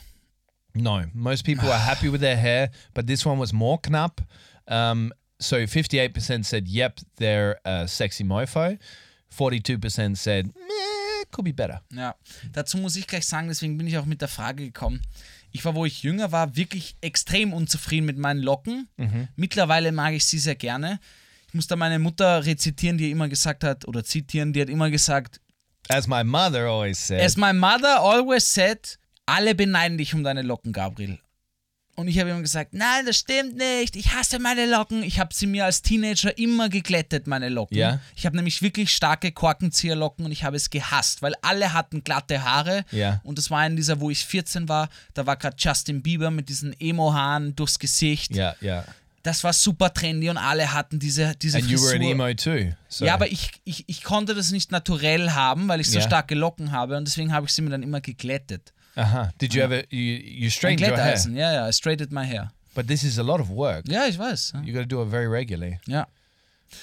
S4: No, most people are happy with their hair, but this one was more knapp. Um, so 58% said, yep, they're a sexy mofo. 42% said, meh, could be better.
S3: Ja, dazu muss ich gleich sagen, deswegen bin ich auch mit der Frage gekommen. Ich war, wo ich jünger war, wirklich extrem unzufrieden mit meinen Locken. Mittlerweile mag ich sie sehr gerne. Ich muss da meine Mutter rezitieren, die immer gesagt hat, oder zitieren, die hat immer gesagt,
S4: As my mother always said.
S3: as my mother always said, alle beneiden dich um deine Locken, Gabriel. Und ich habe immer gesagt, nein, das stimmt nicht, ich hasse meine Locken. Ich habe sie mir als Teenager immer geglättet, meine Locken.
S4: Ja.
S3: Ich habe nämlich wirklich starke Korkenzieherlocken und ich habe es gehasst, weil alle hatten glatte Haare.
S4: Ja.
S3: Und das war in dieser, wo ich 14 war, da war gerade Justin Bieber mit diesen Emo-Haaren durchs Gesicht.
S4: yeah, yeah.
S3: Das war super trendy und alle hatten diese, diese
S4: And you were an
S3: Frisur.
S4: emo too. So.
S3: Ja, aber ich, ich, ich konnte das nicht naturell haben, weil ich so
S4: Ja.
S3: starke Locken habe und deswegen habe ich sie mir dann immer geglättet.
S4: Uh-huh. Did you ever, you, you
S3: Ein
S4: straightened your hair.
S3: Glätteisen, ja, ja, I straighted my hair.
S4: But this is a lot of work.
S3: Ja, ich weiß. ja.
S4: You got to do it very regularly.
S3: Ja.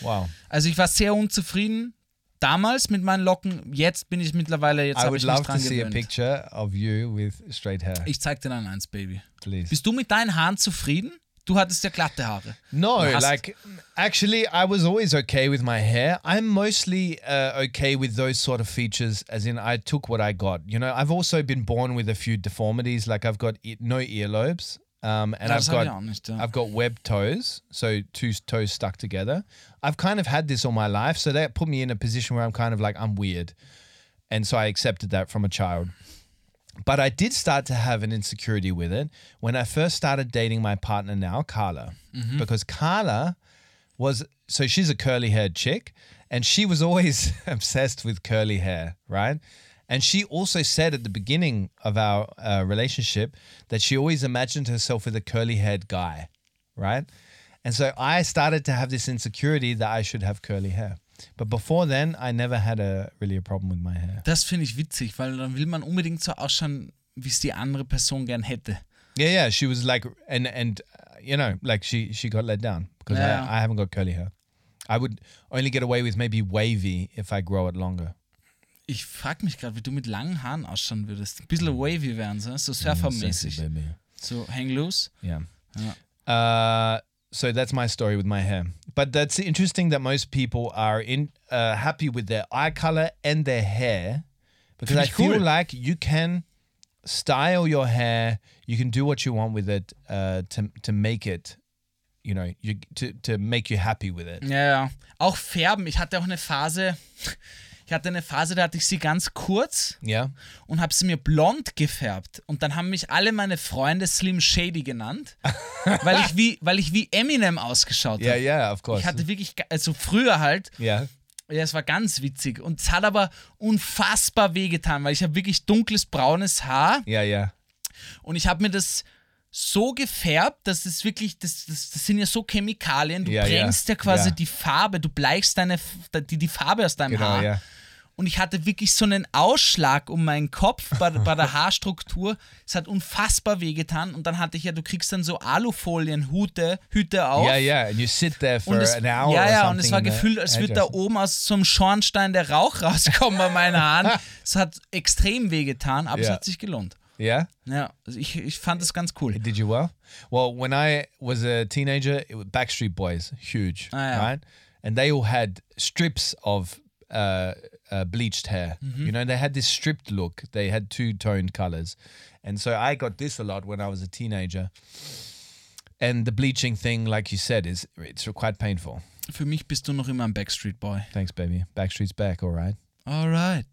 S4: Wow.
S3: Also ich war sehr unzufrieden damals mit meinen Locken, jetzt bin ich mittlerweile, jetzt
S4: I
S3: habe
S4: would
S3: ich mich
S4: love to
S3: dran
S4: see a
S3: gewöhnt.
S4: picture of you with straight hair,
S3: Ich zeig dir dann eins, Baby.
S4: please.
S3: Bist du mit deinen Haaren zufrieden? Du hattest ja glatte Haare.
S4: No,
S3: Du hast-
S4: like actually, I was always okay with my hair. I'm mostly uh, okay with those sort of features, as in I took what I got. You know, I've also been born with a few deformities. Like I've got e- no earlobes, um, and
S3: Ja,
S4: I've
S3: das hab ich
S4: got
S3: auch nicht, ja.
S4: I've got webbed toes, so two s- toes stuck together. I've kind of had this all my life, so that put me in a position where I'm kind of like I'm weird, and so I accepted that from a child. But I did start to have an insecurity with it when I first started dating my partner now, Carla, because Carla was so she's a curly haired chick and she was always obsessed with curly hair, right? And she also said at the beginning of our uh, relationship that she always imagined herself with a curly haired guy, right? And so I started to have this insecurity that I should have curly hair. But before then, I never had a really a problem with my hair.
S3: Das finde ich witzig, weil dann will man unbedingt so ausschauen, wie es die andere Person gern hätte.
S4: Yeah, yeah. She was like, and and uh, you know, like she she got let down because
S3: Yeah.
S4: I, I haven't got curly hair. I would only get away with maybe wavy if I grow it longer.
S3: Ich frage mich gerade, wie du mit langen Haaren ausschauen würdest. Ein bisschen wavy wären sie, so surfermäßig.
S4: baby.
S3: So hang loose.
S4: Yeah. Uh, so that's my story with my hair. But that's interesting that most people are in uh, happy with their eye color and their hair because I
S3: Pretty cool.
S4: feel like you can style your hair, you can do what you want with it uh, to to make it, you know, you to to make you happy with it.
S3: Ja, ja. Auch Färben. Ich hatte auch eine Phase, ich hatte eine Phase, da hatte ich sie ganz kurz
S4: Yeah.
S3: und habe sie mir blond gefärbt. Und dann haben mich alle meine Freunde Slim Shady genannt, weil ich wie, weil ich wie Eminem ausgeschaut
S4: Yeah,
S3: habe.
S4: yeah, of course.
S3: Ich hatte wirklich, ga- also früher halt,
S4: yeah.
S3: ja, es war ganz witzig. Und es hat aber unfassbar wehgetan, weil ich habe wirklich dunkles braunes Haar.
S4: Yeah, yeah.
S3: Und ich habe mir das so gefärbt, dass es wirklich, das, das, das sind ja so Chemikalien, du
S4: Ja, ja.
S3: brennst ja quasi
S4: Ja.
S3: die Farbe, du bleichst deine, F- die, die Farbe aus deinem
S4: Genau,
S3: Haar.
S4: yeah.
S3: Und ich hatte wirklich so einen Ausschlag um meinen Kopf bei, bei der Haarstruktur. Es hat unfassbar wehgetan. Und dann hatte ich ja, du kriegst dann so Alufolienhüte Hüte auf.
S4: Yeah, yeah, and you sit there for
S3: Und es,
S4: an
S3: ja,
S4: hour. or
S3: ja,
S4: something ne?
S3: und es war
S4: in the
S3: gefühlt, als würde da
S4: hairdresser.
S3: oben aus so einem Schornstein der Rauch rauskommen bei meinen Haaren. Es hat extrem wehgetan, aber es
S4: Ja.
S3: hat sich gelohnt.
S4: Yeah.
S3: Ja, also ich, ich fand es ganz cool.
S4: Did you well? Well, when I was a teenager, it was Backstreet Boys, huge,
S3: Ah, yeah.
S4: right? And they all had strips of uh, uh, bleached hair. You know, they had this stripped look. They had two toned colors, and so I got this a lot when I was a teenager. And the bleaching thing, like you said, is it's quite painful.
S3: Für mich bist du noch immer ein Backstreet Boy.
S4: Thanks, baby. Backstreet's back, all right.
S3: Alright.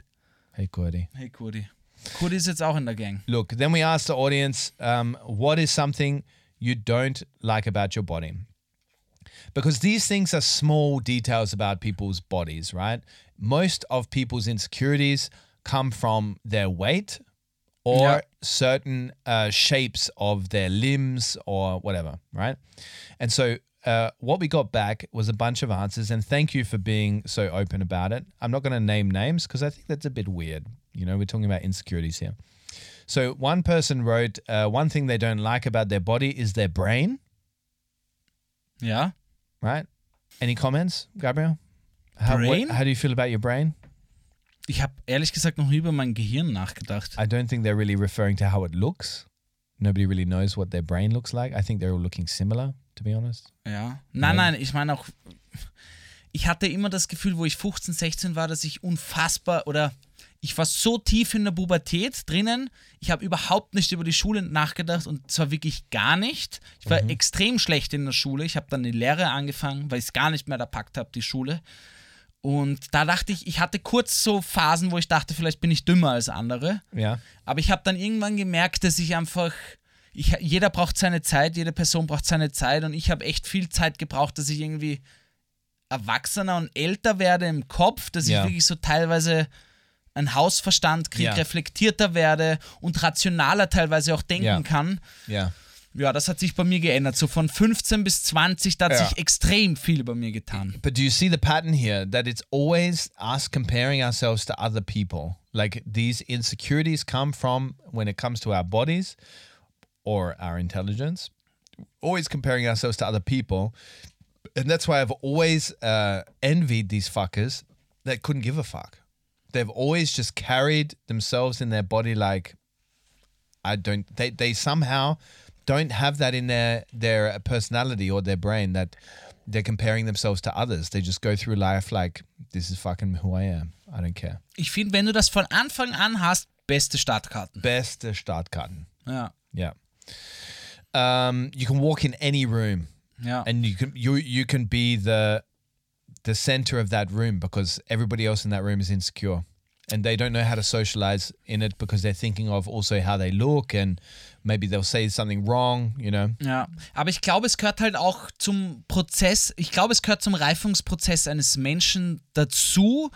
S4: Hey, Cody.
S3: Hey Kurdi. Kurdi ist jetzt auch in der Gang.
S4: Look, then we asked the audience, um, what is something you don't like about your body? Because these things are small details about people's bodies, right? Most of people's insecurities come from their weight or
S3: Yeah.
S4: certain uh, shapes of their limbs or whatever, right? And so, uh, what we got back was a bunch of answers, and thank you for being so open about it. I'm not going to name names because I think that's a bit weird. You know, we're talking about insecurities here. So, one person wrote, uh, one thing they don't like about their body is their brain,
S3: Ja?
S4: right? Any comments, Gabriel? How, what-
S3: Brain?
S4: how do you feel about your brain?
S3: Ich habe ehrlich gesagt noch nie über mein Gehirn nachgedacht.
S4: I don't think they're really referring to how it looks. Nobody really knows what their brain looks like. I think they're all looking similar, to be honest.
S3: Ja. Nein, nein, ich meine auch, ich hatte immer das Gefühl, wo ich 15, 16 war, dass ich unfassbar oder ich war so tief in der Pubertät drinnen, ich habe überhaupt nicht über die Schule nachgedacht und zwar wirklich gar nicht. Ich war extrem schlecht in der Schule. Ich habe dann die Lehre angefangen, weil ich es gar nicht mehr erpackt habe, die Schule. Und da dachte ich, ich hatte kurz so Phasen, wo ich dachte, vielleicht bin ich dümmer als andere.
S4: Ja.
S3: Aber ich habe dann irgendwann gemerkt, dass ich einfach, ich, jeder braucht seine Zeit, jede Person braucht seine Zeit und ich habe echt viel Zeit gebraucht, dass ich irgendwie erwachsener und älter werde im Kopf, dass
S4: Ja.
S3: ich wirklich so teilweise einen Hausverstand kriege,
S4: Ja.
S3: reflektierter werde und rationaler teilweise auch denken
S4: Ja.
S3: kann.
S4: Yeah.
S3: Ja, das hat sich bei mir geändert. So von 15 bis 20, da hat
S4: Ja.
S3: sich extrem viel bei mir getan.
S4: But do you see the pattern here that it's always us comparing ourselves to other people? Like these insecurities come from when it comes to our bodies or our intelligence, always comparing ourselves to other people. And that's why I've always uh, envied these fuckers that couldn't give a fuck. They've always just carried themselves in their body like, I don't, they, they somehow don't have that in their, their personality or their brain that they're comparing themselves to others. They just go through life like, this is fucking who I am. I don't care.
S3: Ich finde, wenn du das von Anfang an hast, beste Startkarten.
S4: Beste Startkarten.
S3: Ja,
S4: Yeah. Um, you can walk in any room
S3: ja.
S4: and you can you you can be the the center of that room because everybody else in that room is insecure and they don't know how to socialize in it because they're thinking of also how they look and maybe they'll say something wrong, you know.
S3: Ja, aber ich glaube, es gehört halt auch zum Prozess, ich glaube, es gehört zum Reifungsprozess eines Menschen dazu,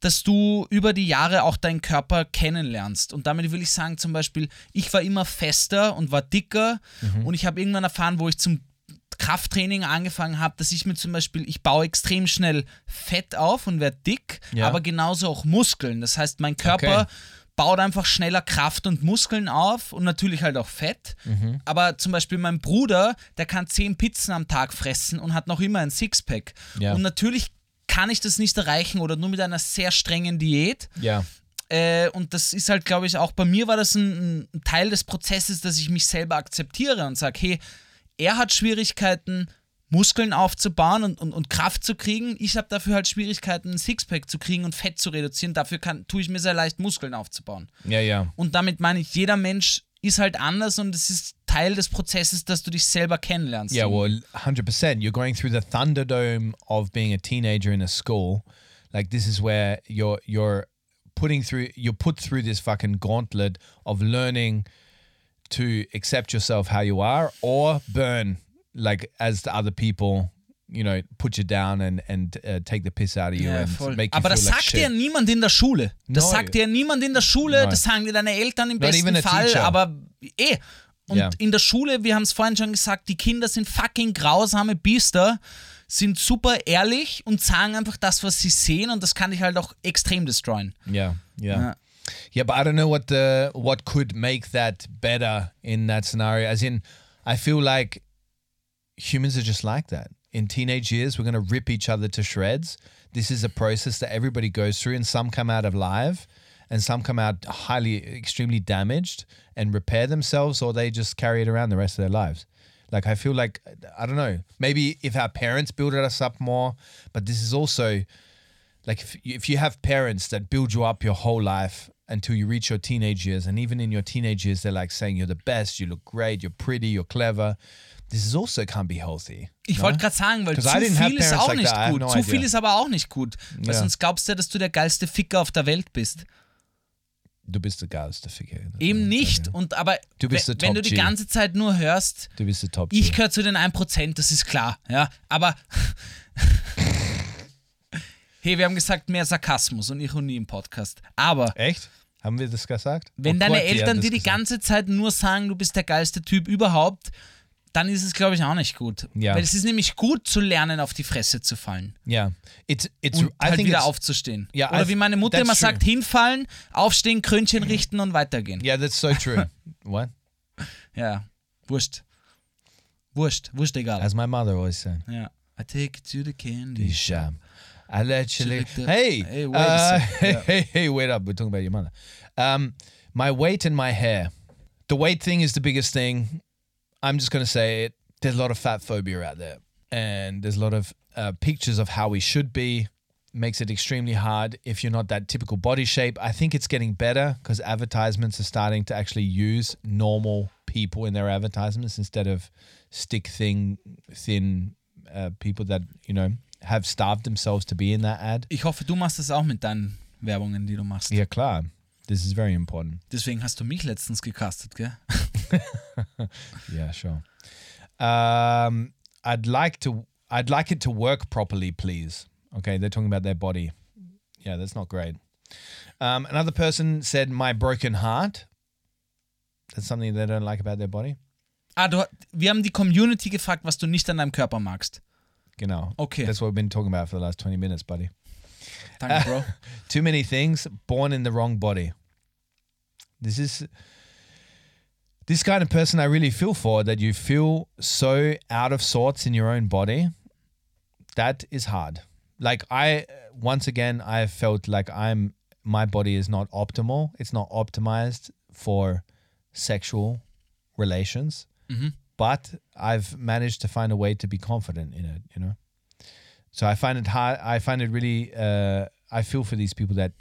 S3: dass du über die Jahre auch deinen Körper kennenlernst. Und damit will ich sagen, zum Beispiel, ich war immer fester und war dicker und ich habe irgendwann erfahren, wo ich zum Krafttraining angefangen habe, dass ich mir zum Beispiel, ich baue extrem schnell Fett auf und werde dick,
S4: Ja.
S3: aber genauso auch Muskeln. Das heißt, mein Körper
S4: Okay.
S3: baut einfach schneller Kraft und Muskeln auf und natürlich halt auch Fett.
S4: Mhm.
S3: Aber zum Beispiel mein Bruder, der kann zehn Pizzen am Tag fressen und hat noch immer ein Sixpack.
S4: Ja.
S3: Und natürlich kann ich das nicht erreichen oder nur mit einer sehr strengen Diät.
S4: Yeah.
S3: Äh, und das ist halt, glaube ich, auch bei mir war das ein, ein Teil des Prozesses, dass ich mich selber akzeptiere und sage, hey, er hat Schwierigkeiten, Muskeln aufzubauen und, und, und Kraft zu kriegen. Ich habe dafür halt Schwierigkeiten, ein Sixpack zu kriegen und Fett zu reduzieren. Dafür kann, tue ich mir sehr leicht, Muskeln aufzubauen.
S4: Yeah, yeah.
S3: Und damit meine ich, jeder Mensch ist halt anders und es ist Teil des Prozesses, dass du dich selber kennenlernst.
S4: Yeah, well, 100%. You're going through the thunderdome of being a teenager in a school. Like this is where you're you're putting through you're put through this fucking gauntlet of learning to accept yourself how you are or burn like as the other people, you know, put you down and and uh, take the piss out of you
S3: Ja,
S4: and
S3: voll.
S4: make you
S3: Aber
S4: feel
S3: das
S4: like
S3: sagt
S4: shit.
S3: dir niemand in der Schule. Das
S4: No.
S3: sagt dir niemand in der Schule,
S4: No.
S3: das sagen dir deine Eltern im
S4: Not even
S3: besten
S4: a
S3: Fall,
S4: teacher.
S3: aber eh. Und
S4: Ja.
S3: in der Schule, wir haben es vorhin schon gesagt, die Kinder sind fucking grausame Biester, sind super ehrlich und sagen einfach das, was sie sehen und das kann dich halt auch extrem destroyen.
S4: Yeah, yeah,
S3: Ja.
S4: yeah. but I don't know what the what could make that better in that scenario. As in, I feel like humans are just like that. In teenage years, we're gonna rip each other to shreds. This is a process that everybody goes through, and some come out alive, and some come out highly, extremely damaged and repair themselves, or they just carry it around the rest of their lives. Like I feel like I don't know. Maybe if our parents builded us up more, but this is also like if, if you have parents that build you up your whole life until you reach your teenage years and even in your teenage years they're like saying you're the best you look great you're pretty you're clever this is also can't be healthy
S3: Ich
S4: no?
S3: wollte gerade sagen, weil
S4: 'Cause
S3: zu
S4: I didn't have
S3: viel ist
S4: parents
S3: auch
S4: like
S3: nicht
S4: that. I have
S3: gut.
S4: no
S3: zu viel
S4: idea.
S3: ist aber auch nicht gut. Weil
S4: Ja.
S3: sonst glaubst du ja, dass du der geilste Ficker auf der Welt bist.
S4: du bist der geilste Ficker.
S3: Eben nicht. Und aber
S4: Du bist
S3: we-
S4: der
S3: wenn
S4: Top
S3: du die
S4: G.
S3: ganze Zeit nur hörst,
S4: du bist der top
S3: Ich
S4: G.
S3: gehöre zu den 1%, das ist klar. Ja, aber. hey, wir haben gesagt, mehr Sarkasmus und Ironie im Podcast. Aber
S4: echt haben wir das gesagt
S3: wenn
S4: Oh
S3: deine
S4: Gott, haben
S3: Eltern
S4: das
S3: dir die
S4: gesagt.
S3: ganze Zeit nur sagen, du bist der geilste Typ überhaupt, dann ist es, glaube ich, auch nicht gut.
S4: Ja.
S3: Weil es ist nämlich gut zu lernen, auf die Fresse zu fallen
S4: yeah it's it's
S3: und
S4: I
S3: halt
S4: think
S3: wieder
S4: it's-
S3: aufzustehen.
S4: Ja,
S3: Oder
S4: I-
S3: wie meine Mutter
S4: that's
S3: immer
S4: true.
S3: sagt, hinfallen, aufstehen, Krönchen richten und weitergehen.
S4: yeah that's so true what
S3: Ja, wurscht. Wurscht, wurscht egal.
S4: Also as my mother always said
S3: ja. I take it to the candy.
S4: Isham. Allegedly.
S3: She looked up.
S4: Hey,
S3: Hey, wait a
S4: uh,
S3: sec. Yeah.
S4: hey, hey, wait up. We're talking about your mother. Um, my weight and my hair. The weight thing is the biggest thing. I'm just going to say it. There's a lot of fat phobia out there, and there's a lot of uh, pictures of how we should be. Makes it extremely hard if you're not that typical body shape. I think it's getting better because advertisements are starting to actually use normal people in their advertisements instead of stick thing, thin uh, people that you know have starved themselves to be in that ad.
S3: Ich hoffe, du machst das auch mit deinen Werbungen, die du machst.
S4: Yeah, klar. This is very important.
S3: Deswegen hast du mich letztens gecastet, gell?
S4: Yeah, sure. Um, I'd like to. I'd like it to work properly, please. Okay, they're talking about their body. Yeah, that's not great. Um, another person said, "My broken heart." That's something they don't like about their body.
S3: Ah, du, wir haben die Community gefragt, was du nicht an deinem Körper magst.
S4: Genau.
S3: Okay.
S4: That's what we've been talking about for the last twenty minutes, buddy.
S3: Danke, Bro.
S4: Too many things. Born in the wrong body. This is this kind of person I really feel for. That you feel so out of sorts in your own body. That is hard. Like I once again, I felt like I'm my body is not optimal. It's not optimized for sexual relations. But I've managed to find a way to be confident in it. You know. So I find it hard. I find it really. Uh, I feel for these people that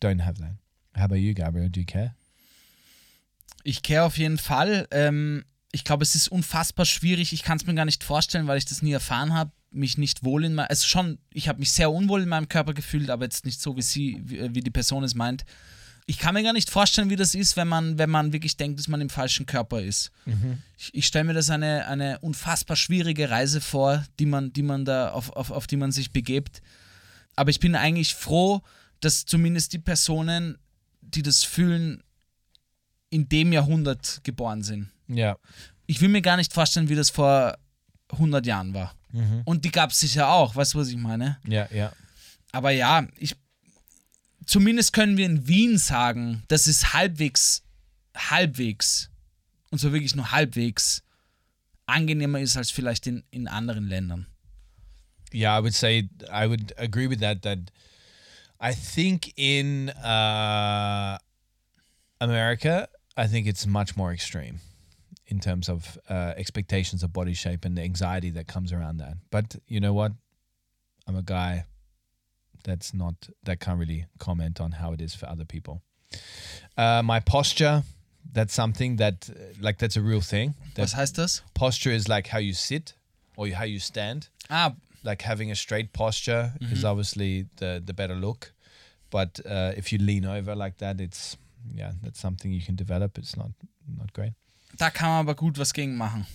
S4: don't have that. How about you, Gabriel? Do you care?
S3: Ich kehre auf jeden Fall. Ähm, ich glaube, es ist unfassbar schwierig. Ich kann es mir gar nicht vorstellen, weil ich das nie erfahren habe. Mich nicht wohl in meinem, also schon, ich habe mich sehr unwohl in meinem Körper gefühlt, aber jetzt nicht so, wie sie, wie, wie die Person es meint. Ich kann mir gar nicht vorstellen, wie das ist, wenn man, wenn man wirklich denkt, dass man im falschen Körper ist. Ich, ich stelle mir das eine, eine unfassbar schwierige Reise vor, die man, die man da, auf, auf, auf die man sich begebt. Aber ich bin eigentlich froh, dass zumindest die Personen, die das fühlen, in dem Jahrhundert geboren sind.
S4: Yeah.
S3: Ich will mir gar nicht vorstellen, wie das vor 100 Jahren war.
S4: Mhm.
S3: Und die gab es sicher auch, weißt du, was ich meine?
S4: Yeah. Yeah.
S3: Aber ja, ich. Zumindest können wir in Wien sagen, das ist halbwegs, halbwegs, und zwar wirklich nur halbwegs, angenehmer ist als vielleicht in, in anderen Ländern.
S4: Yeah. I would say I would agree with that. That I think in uh, America, I think it's much more extreme in terms of uh, expectations of body shape and the anxiety that comes around that. But you know what? I'm a guy that's not that can't really comment on how it is for other people. Uh, my posture, that's something that uh, like that's a real thing. That
S3: Was heißt das?
S4: posture is like how you sit or how you stand
S3: Ah,
S4: like having a straight posture
S3: Mm-hmm.
S4: is obviously the the better look but uh, if you lean over like that it's yeah that's something you can develop it's not not great
S3: da kann man aber gut was gegen machen.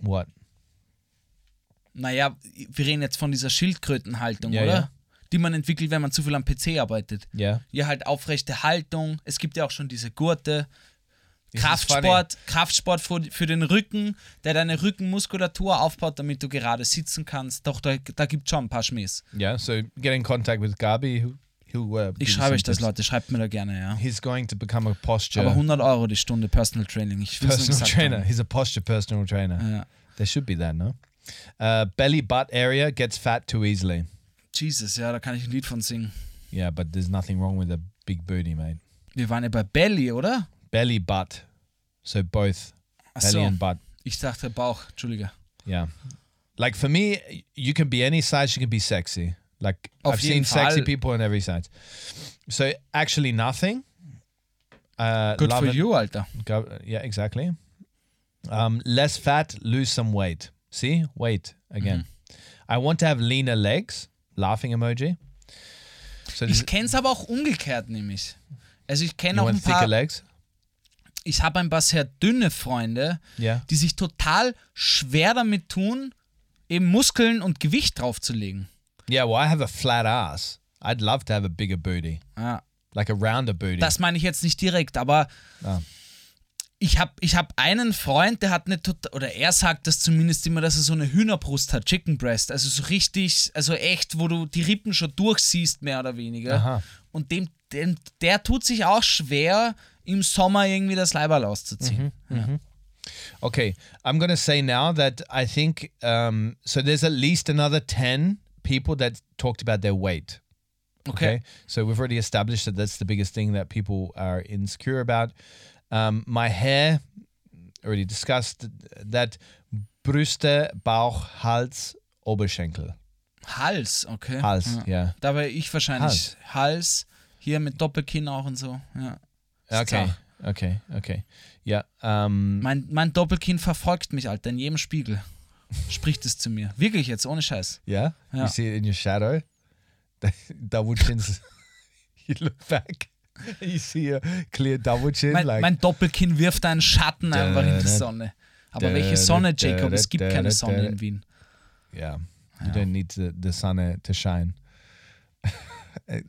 S4: what
S3: Naja, wir reden jetzt von dieser Schildkrötenhaltung,
S4: Ja,
S3: oder?
S4: ja.
S3: Die man entwickelt, wenn man zu viel am PC arbeitet.
S4: yeah
S3: ja halt aufrechte Haltung. Es gibt ja auch schon diese Gurte.
S4: This is
S3: Kraftsport, Kraftsport für, für den Rücken, der deine Rückenmuskulatur aufbaut, damit du gerade sitzen kannst. Doch, da, da gibt es schon ein paar Schmähs.
S4: yeah so get in contact with gabi who who uh, give
S3: Ich
S4: you
S3: schreibe
S4: some
S3: euch das,
S4: tips.
S3: Leute. Schreibt mir da gerne, ja.
S4: he's going to become a posture
S3: Aber 100 Euro die Stunde Personal Training. Ich will's nur
S4: personal
S3: gesagt
S4: trainer
S3: haben.
S4: he's a posture personal trainer
S3: er. Ja.
S4: there should be that no uh, belly butt area gets fat too easily
S3: Jesus, ja, da kann ich ein Lied von singen.
S4: yeah but there's nothing wrong with a big booty mate
S3: Wir waren ja bei Belly, oder?
S4: belly butt so both
S3: Ach
S4: belly
S3: so.
S4: and butt
S3: Ich dachte Bauch, Entschuldige.
S4: Yeah. Like for me, you can be any size, you can be sexy. Like
S3: Of
S4: I've
S3: the
S4: seen sexy
S3: entire-
S4: people in every size. So actually nothing. Uh,
S3: Good
S4: love
S3: for
S4: it-
S3: you, Alter.
S4: Go, yeah, exactly. Um, less fat, lose some weight. See, weight again.
S3: Mm-hmm.
S4: I want to have leaner legs. Laughing emoji. So this,
S3: Ich kenne es aber auch umgekehrt, nämlich. Also ich kenne
S4: you
S3: auch
S4: want
S3: ein paar
S4: thicker legs?
S3: ich habe ein paar sehr dünne Freunde,
S4: Ja.
S3: die sich total schwer damit tun, eben Muskeln und Gewicht draufzulegen.
S4: Yeah. Well, I have a flat ass. I'd love to have a bigger booty,
S3: Ja.
S4: like a rounder booty.
S3: Das meine ich jetzt nicht direkt, aber
S4: Ah.
S3: ich habe ich hab einen Freund, der hat eine total, oder er sagt das zumindest immer, dass er so eine Hühnerbrust hat, Chicken Breast, also so richtig, also echt, wo du die Rippen schon durchsiehst, mehr oder weniger.
S4: Aha.
S3: Und dem, dem, der tut sich auch schwer, im Sommer irgendwie das Leiberl auszuziehen.
S4: Okay, I'm going to say now that I think um, so. There's at least another ten people that talked about their weight.
S3: Okay.
S4: So we've already established that that's the biggest thing that people are insecure about. Um, my hair, already discussed that Brüste, Bauch, Hals, Oberschenkel.
S3: Hals, okay.
S4: Hals,
S3: Ja.
S4: yeah.
S3: Dabei ich wahrscheinlich Hals. hier mit Doppelkinn auch und so. Ja. Ist
S4: Okay.
S3: klar.
S4: Okay, okay. Ja, ähm,
S3: Mein, mein Doppelkinn verfolgt mich, Alter, in jedem Spiegel. Spricht es zu mir. Wirklich jetzt, ohne Scheiß.
S4: yeah?
S3: Yeah.
S4: You see it in your shadow? double chins. you look back, you see a clear double chin.
S3: Mein,
S4: like,
S3: mein Doppelkinn wirft einen Schatten einfach in die Sonne. Aber welche Sonne, Jacob? Es gibt keine Sonne in Wien.
S4: yeah, you don't need the, the sun eh, to shine.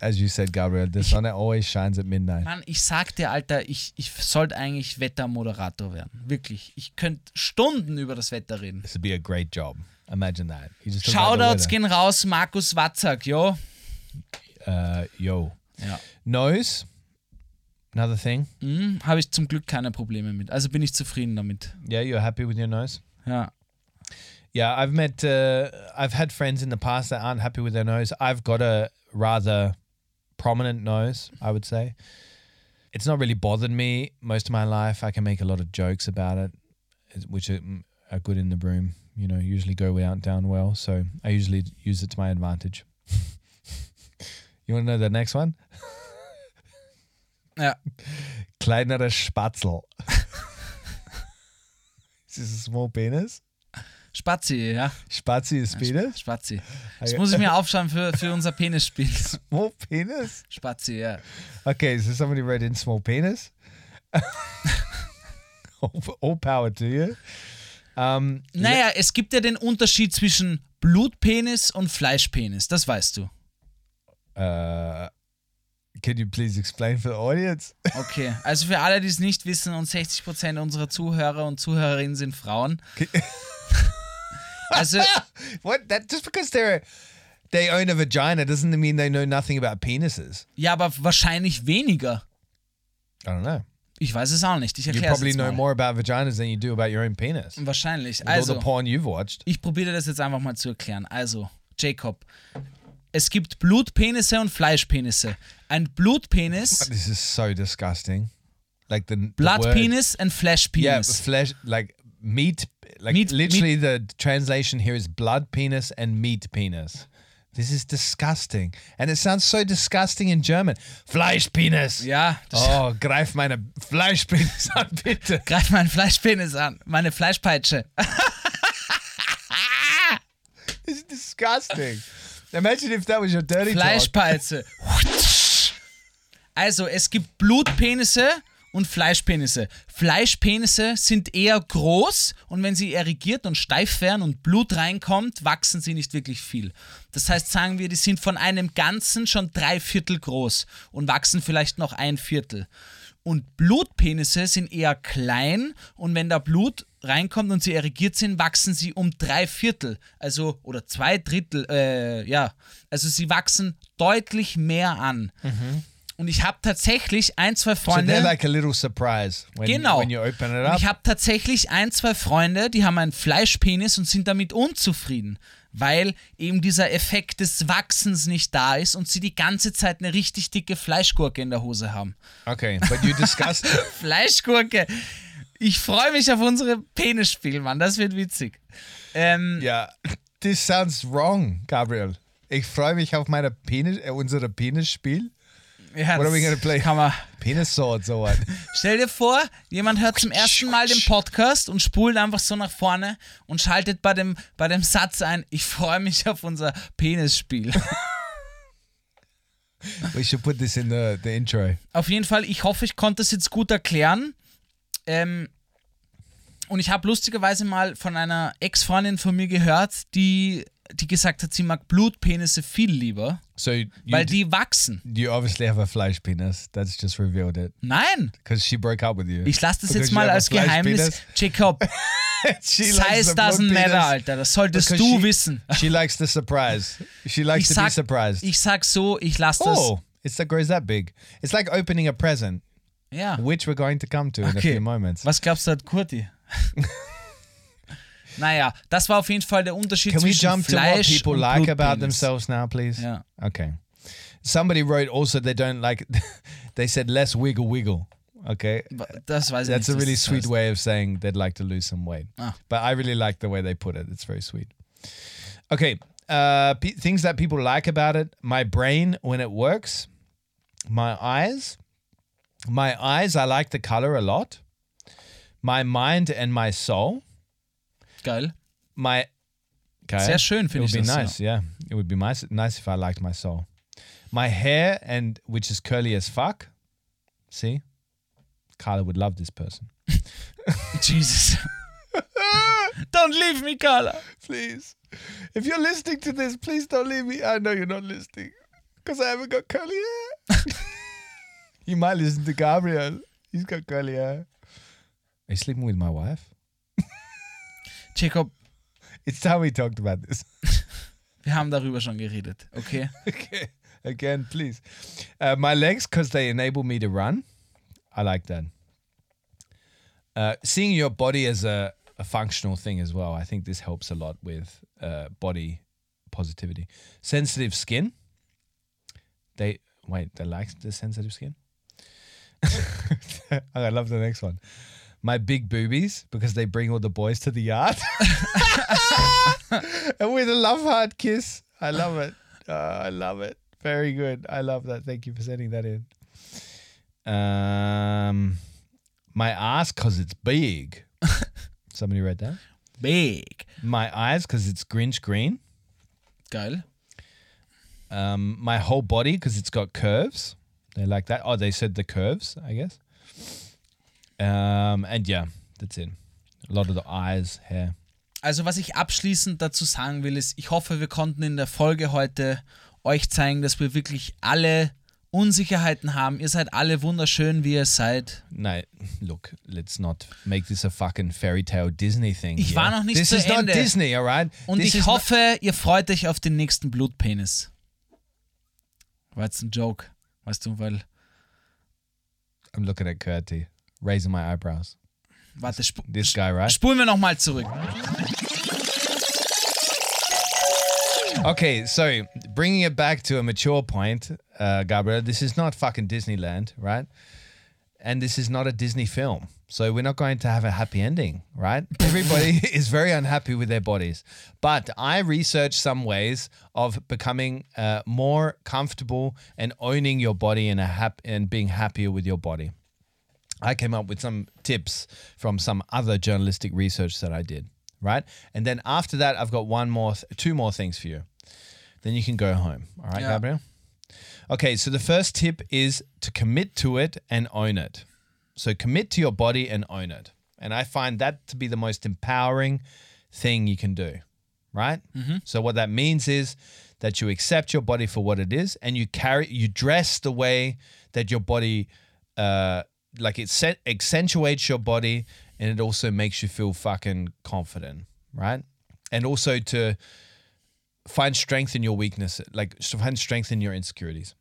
S4: As you said, Gabriel, the sun eh always shines at midnight.
S3: Mann, ich sag dir, Alter, ich, ich sollte eigentlich Wettermoderator werden. Wirklich. Ich könnte Stunden über das Wetter reden.
S4: This would be a great job. Imagine that. You just talk about the
S3: Shoutouts
S4: weather.
S3: gehen raus, Markus Watzak, jo.
S4: Uh, yo.
S3: Ja.
S4: Nose. Another thing.
S3: Hm, Habe ich zum Glück keine Probleme mit. Also bin ich zufrieden damit.
S4: Yeah, you're happy with your nose.
S3: Ja.
S4: Yeah, I've met. Uh, I've had friends in the past that aren't happy with their nose. I've got a rather prominent nose, I would say. It's not really bothered me most of my life. I can make a lot of jokes about it, is- which are, mm, are good in the room. You know, usually go without down well. So I usually use it to my advantage. you want to know the next one?
S3: Ja.
S4: Kleinerer Spatzel. Is this a small penis?
S3: Spazi, ja.
S4: Spazi is penis?
S3: Spazi. Das muss ich mir aufschreiben für, für unser Penisspiel.
S4: Small penis?
S3: Spazi, ja.
S4: Okay, so somebody wrote in small penis. all, all power to you. Um,
S3: Naja, es gibt ja den Unterschied zwischen Blutpenis und Fleischpenis, das weißt du.
S4: uh, can you please explain for the audience?
S3: Okay, also für alle, die es nicht wissen, und 60% unserer Zuhörer und Zuhörerinnen sind Frauen. Also,
S4: what? That just because they're they own a vagina doesn't mean they know nothing about penises.
S3: ja, aber wahrscheinlich weniger.
S4: I don't know.
S3: Ich weiß es auch nicht. Ich
S4: You
S3: erkläre es
S4: probably
S3: jetzt
S4: know
S3: mal.
S4: more about vaginas than you do about your own penis. With
S3: Wahrscheinlich.
S4: all
S3: Also,
S4: the porn you've watched.
S3: ich probiere das jetzt einfach mal zu erklären. Also, Jacob, es gibt Blutpenisse und Fleischpenisse. Ein Blutpenis,
S4: This is so disgusting. Like the the
S3: Blood
S4: word-
S3: Penis und Flesh Penis.
S4: Yeah, but flesh like meat. Like
S3: Meat-
S4: literally, the translation here is blood penis and meat penis. This is disgusting, and it sounds so disgusting in German. Fleisch penis.
S3: Ja, das
S4: Oh, greif meine Fleischpenis an, bitte.
S3: greif meinen Fleischpenis an, meine Fleischpeitsche.
S4: It's disgusting. Imagine if that was your dirty talk.
S3: Fleischpeitsche. Also, es gibt Blutpenisse und Fleischpenisse. Fleischpenisse sind eher groß und wenn sie erregiert und steif werden und Blut reinkommt, wachsen sie nicht wirklich viel. Das heißt, sagen wir, die sind von einem Ganzen schon drei Viertel groß und wachsen vielleicht noch ein Viertel. Und Blutpenisse sind eher klein und wenn da Blut reinkommt und sie erregiert sind, wachsen sie um drei Viertel, also oder zwei Drittel, äh, ja, also sie wachsen deutlich mehr an. Und ich habe tatsächlich ein, zwei
S4: So
S3: Freunde.
S4: they're like a little surprise when,
S3: Genau.
S4: when you open it
S3: Und
S4: up.
S3: ich habe tatsächlich ein, zwei Freunde, die haben einen Fleischpenis und sind damit unzufrieden, weil eben dieser Effekt des Wachsens nicht da ist und sie die ganze Zeit eine richtig dicke Fleischgurke in der Hose haben.
S4: Okay, but you discussed.
S3: Fleischgurke. Ich freue mich auf unsere Penisspiel, Mann. Das wird witzig. Ähm,
S4: yeah, this sounds wrong, Gabriel. Ich freue mich auf meine Penis, äh, unsere Penisspiel.
S3: ja,
S4: What are we
S3: das
S4: gonna play?
S3: Kann man.
S4: Penis swords or what?
S3: Stell dir vor, jemand hört zum ersten Mal den Podcast und spult einfach so nach vorne und schaltet bei dem, bei dem Satz ein, ich freue mich auf unser Penisspiel.
S4: We should put this in the, the intro.
S3: Auf jeden Fall, ich hoffe, ich konnte es jetzt gut erklären. Ähm, und ich habe lustigerweise mal von einer Ex-Freundin von mir gehört, die, die gesagt hat, sie mag Blutpenisse viel lieber,
S4: So you,
S3: weil
S4: d-
S3: die wachsen.
S4: you obviously have a flesh penis. That's just revealed it
S3: Nein,
S4: because she broke up with you.
S3: ich lasse das
S4: Because
S3: jetzt
S4: you
S3: mal
S4: have a
S3: als
S4: flesh
S3: Geheimnis.
S4: penis.
S3: Jacob,
S4: She
S3: size
S4: likes the blood
S3: doesn't matter,
S4: penis
S3: Alter. Das solltest
S4: because
S3: du
S4: she-
S3: wissen.
S4: She likes the surprise. She likes
S3: Ich
S4: to be
S3: sag,
S4: surprised.
S3: ich sag so, ich lasse das.
S4: oh, it's that grows that big. It's like opening a present,
S3: ja.
S4: which we're going to come to in a
S3: Okay.
S4: few moments.
S3: Was glaubst du, hat Kurti? Naja, das war auf jeden Fall der Unterschied
S4: Can we
S3: zwischen
S4: jump to what
S3: Fleisch
S4: people
S3: und
S4: like about
S3: Blutpenis.
S4: themselves now, please?
S3: Yeah.
S4: Okay. Somebody wrote also they don't like. they said less wiggle wiggle. Okay.
S3: Das weiß ich nicht.
S4: That's a
S3: was
S4: really
S3: das
S4: sweet
S3: heißt.
S4: way of saying they'd like to lose some weight.
S3: Ah.
S4: But I really like the way they put it. It's very sweet. Okay. Uh, pe things that people like about it my brain when it works, my eyes. My eyes, I like the color a lot. My mind and my soul.
S3: Geil.
S4: My. Okay.
S3: Sehr schön,
S4: It
S3: finde
S4: would
S3: ich
S4: be
S3: das. ja.
S4: nice, yeah. It would be nice, nice if I liked my soul. My hair, and which is curly as fuck. See? Carla would love this person.
S3: Jesus. Don't leave me, Carla.
S4: please. If you're listening to this, please don't leave me. I know you're not listening because I haven't got curly hair. you might listen to Gabriel. He's got curly hair. Are you sleeping with my wife?
S3: Jacob,
S4: It's time we talked about this.
S3: wir haben darüber schon geredet, okay?
S4: okay. Again, please. Uh, my legs, because they enable me to run. I like that. Uh, seeing your body as a, a functional thing as well, I think this helps a lot with uh, body positivity. Sensitive skin. They wait. They like the sensitive skin. I love the next one. My big boobies because they bring all the boys to the yard. and with a love heart kiss. I love it. Uh, I love it. Very good. I love that. Thank you for sending that in. Um, my ass because it's big. Somebody read that.
S3: Big.
S4: My eyes because it's Grinch green.
S3: Geil.
S4: Um, my whole body because it's got curves. They like that. Oh, they said the curves, I guess. Um, and yeah, that's it. A lot of the eyes, hair.
S3: Also, was ich abschließend dazu sagen will, ist, ich hoffe, wir konnten in der Folge heute euch zeigen, dass wir wirklich alle Unsicherheiten haben. Ihr seid alle wunderschön, wie ihr seid.
S4: No, look, let's not make this a fucking fairy tale Disney thing.
S3: Ich
S4: here.
S3: war noch nicht
S4: This
S3: zu
S4: is not
S3: Ende.
S4: Disney, all right?
S3: Und
S4: this
S3: ich
S4: is not-
S3: hoffe, ihr freut euch auf den nächsten Blutpenis. War jetzt ein Joke, weißt du, weil.
S4: I'm looking at Curti, raising my eyebrows.
S3: Warte, sp
S4: This guy, right?
S3: spulen wir nochmal zurück.
S4: Okay, so bringing it back to a mature point, uh, Gabriel, this is not fucking Disneyland, right? And this is not a Disney film. So we're not going to have a happy ending, right? Everybody is very unhappy with their bodies. But I researched some ways of becoming uh, more comfortable and owning your body and, a hap- and being happier with your body. I came up with some tips from some other journalistic research that I did, right? And then after that, I've got one more, th- two more things for you. Then you can go home. All right,
S3: Yeah.
S4: Gabriel? Okay, so the first tip is to commit to it and own it. So commit to your body and own it. And I find that to be the most empowering thing you can do, right? So what that means is that you accept your body for what it is and you carry you dress the way that your body uh like it set, accentuates your body and it also makes you feel fucking confident, right? And also to find strength in your weakness, like find strength in your insecurities.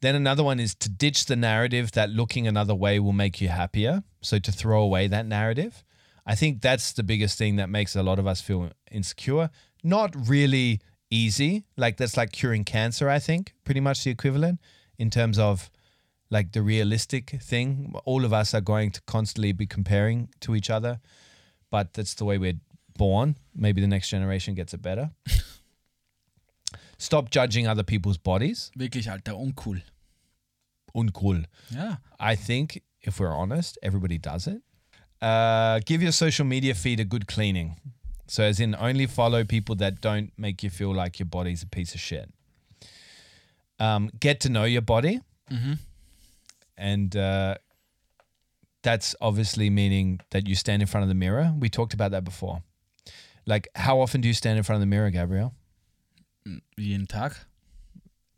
S4: Then another one is to ditch the narrative that looking another way will make you happier. So to throw away that narrative. I think that's the biggest thing that makes a lot of us feel insecure. Not really easy. Like that's like curing cancer, I think, pretty much the equivalent in terms of like the realistic thing. All of us are going to constantly be comparing to each other, but that's the way we're born. Maybe the next generation gets it better. Stop judging other people's bodies.
S3: Wirklich, Alter, uncool.
S4: Uncool.
S3: Ja.
S4: I think if we're honest, everybody does it. Uh, give your social media feed a good cleaning. So, as in, only follow people that don't make you feel like your body's a piece of shit. Um, get to know your body. And uh, that's obviously meaning that you stand in front of the mirror. We talked about that before. Like, how often do you stand in front of the mirror, Gabrielle?
S3: Jeden Tag.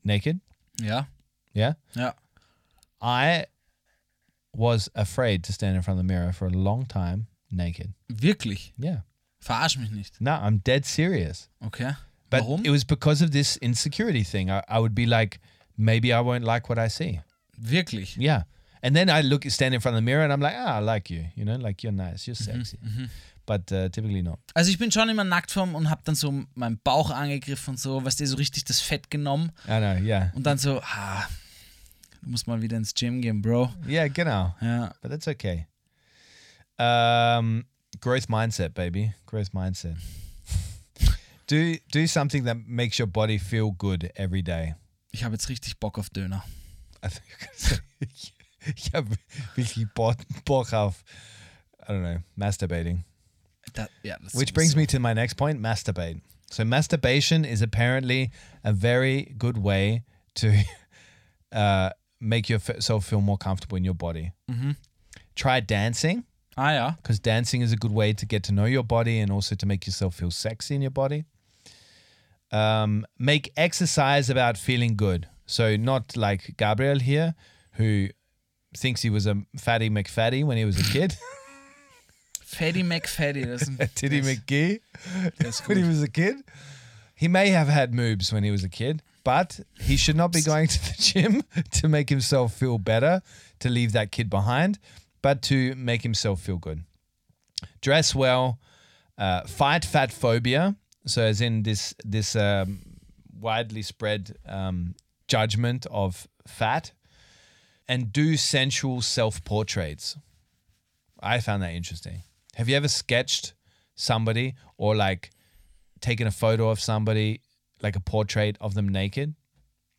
S4: Naked?
S3: Ja.
S4: Yeah.
S3: Ja.
S4: I was afraid to stand in front of the mirror for a long time naked.
S3: Wirklich.
S4: Yeah.
S3: Verarsch mich nicht.
S4: No, I'm dead serious.
S3: Okay.
S4: But
S3: Warum?
S4: it was because of this insecurity thing. I, I would be like, maybe I won't like what I see.
S3: Wirklich.
S4: Yeah. And then I look, stand in front of the mirror, and I'm like, ah, I like you. You know, like you're nice, you're sexy. But uh, typically not.
S3: Also ich bin schon immer nackt vorm und hab dann so meinen Bauch angegriffen und so, weißt du, so richtig das Fett genommen
S4: I know. Yeah.
S3: und dann so, ah, du musst mal wieder ins Gym gehen, Bro.
S4: Yeah. Genau.
S3: Ja,
S4: But that's okay. Um, growth mindset, baby. Growth mindset. do do something that makes your body feel good every day.
S3: ich habe jetzt richtig Bock auf Döner.
S4: I think you're gonna say, ich habe wirklich Bock Bock auf, I don't know, masturbating.
S3: Da, ja, das
S4: Which brings me to my next point masturbate. So, masturbation is apparently a very good way to uh, make yourself feel more comfortable in your body. Try dancing
S3: Ah ja,
S4: because dancing is a good way to get to know your body and also to make yourself feel sexy in your body. Um, make exercise about feeling good. So, not like Gabriel here, who thinks he was a fatty McFatty when he was a kid.
S3: Fatty McFatty, das ist ein
S4: Titty
S3: das-
S4: McGee
S3: That's
S4: when he was a kid. He may have had moobs when he was a kid, but he should not be going to the gym to make himself feel better, to leave that kid behind, but to make himself feel good. Dress well, uh, fight fat phobia. So, as in this this um, widely spread um, judgment of fat, and do sensual self portraits. I found that interesting. Have you ever sketched somebody or like taken a photo of somebody, like a portrait of them naked,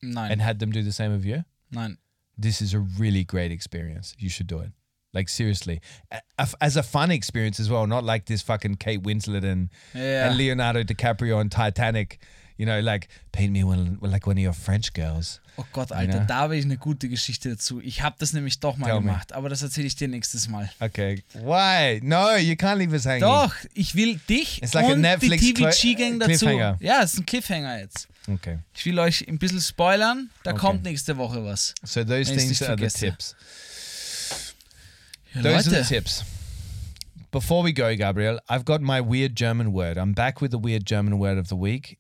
S3: Nein,
S4: and had them do the same of you?
S3: nein.
S4: This is a really great experience. You should do it. Like seriously, A- a- as a fun experience as well, not like this fucking Kate Winslet and,
S3: Yeah.
S4: and Leonardo DiCaprio on Titanic. You know, like paint me one like one of your French girls.
S3: Oh Gott, Alter,
S4: Ja.
S3: da habe ich eine gute Geschichte dazu. Ich habe das nämlich doch mal
S4: Tell me.
S3: gemacht, aber das erzähle ich dir nächstes Mal.
S4: Okay, why? No, you can't leave us hanging.
S3: Doch, ich will dich
S4: It's like a
S3: und
S4: Netflix
S3: die TV-G-Gang
S4: Cli-
S3: dazu.
S4: Cliffhanger.
S3: Ja, es ist ein Cliffhanger jetzt.
S4: Okay.
S3: Ich will euch ein bisschen spoilern, da kommt nächste Woche was.
S4: So those
S3: Wenn ich's
S4: things
S3: nicht
S4: are the
S3: vergesse.
S4: tips.
S3: Ja,
S4: Those are the
S3: Leute,
S4: tips. Before we go, Gabriel, I've got my weird German word. I'm back with the weird German word of the week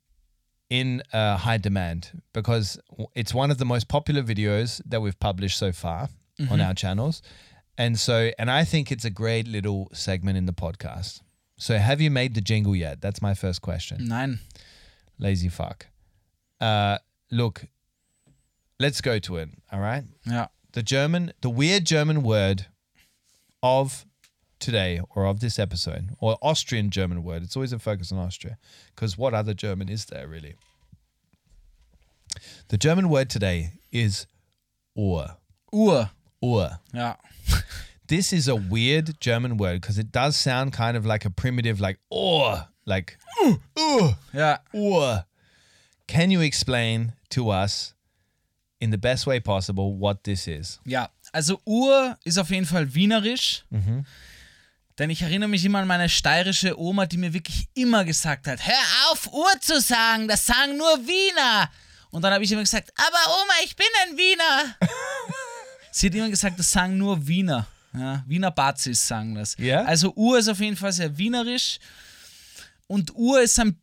S4: in uh, high demand because w- it's one of the most popular videos that we've published so far on our channels. And so, and I think it's a great little segment in the podcast. So, have you made the jingle yet? That's my first question.
S3: nein,
S4: Lazy fuck. Uh, look, let's go to it. All right
S3: ja,
S4: the German, the weird German word of today or of this episode or Austrian German word. It's always a focus on Austria because what other German is there really? The German word today is Uhr.
S3: Uhr,
S4: Uhr.
S3: ja,
S4: This is a weird German word because it does sound kind of like a primitive, like Uhr, like Uhr.
S3: ja.
S4: Uhr. Can you explain to us in the best way possible what this is?
S3: Ja, also Uhr ist auf jeden Fall wienerisch. Denn ich erinnere mich immer an meine steirische Oma, die mir wirklich immer gesagt hat: Hör auf, Uhr zu sagen, das sagen nur Wiener. Und dann habe ich immer gesagt: Aber Oma, ich bin ein Wiener. Sie hat immer gesagt, das sagen nur Wiener. Ja, Wiener Bazis sagen das.
S4: Ja?
S3: Also Uhr ist auf jeden Fall sehr wienerisch. Und Uhr ist ein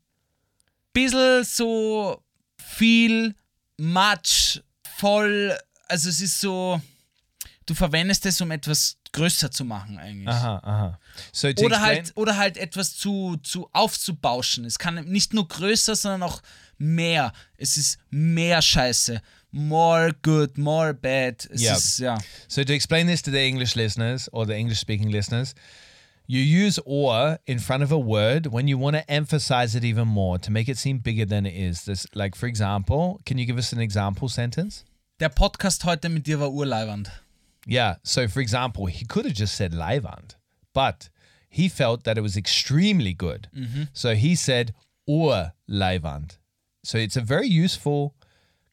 S3: bisschen so viel Matsch, voll. Also es ist so, du verwendest es, um etwas größer zu machen eigentlich.
S4: Uh-huh, uh-huh. So to
S3: Oder
S4: explain-
S3: halt, oder halt etwas zu, zu aufzubauschen. Es kann nicht nur größer, sondern auch mehr. Es ist mehr Scheiße. More good, more bad. Es
S4: Ja.
S3: ist, ja.
S4: So to explain this to the English listeners or the English speaking listeners, you use or in front of a word when you want to emphasize it even more to make it seem bigger than it is. This like for example, can you give us an example sentence?
S3: Der Podcast heute mit dir war urleibernd.
S4: Yeah. So for example, he could have just said Leiwand, but he felt that it was extremely good. So he said or Leiwand. So it's a very useful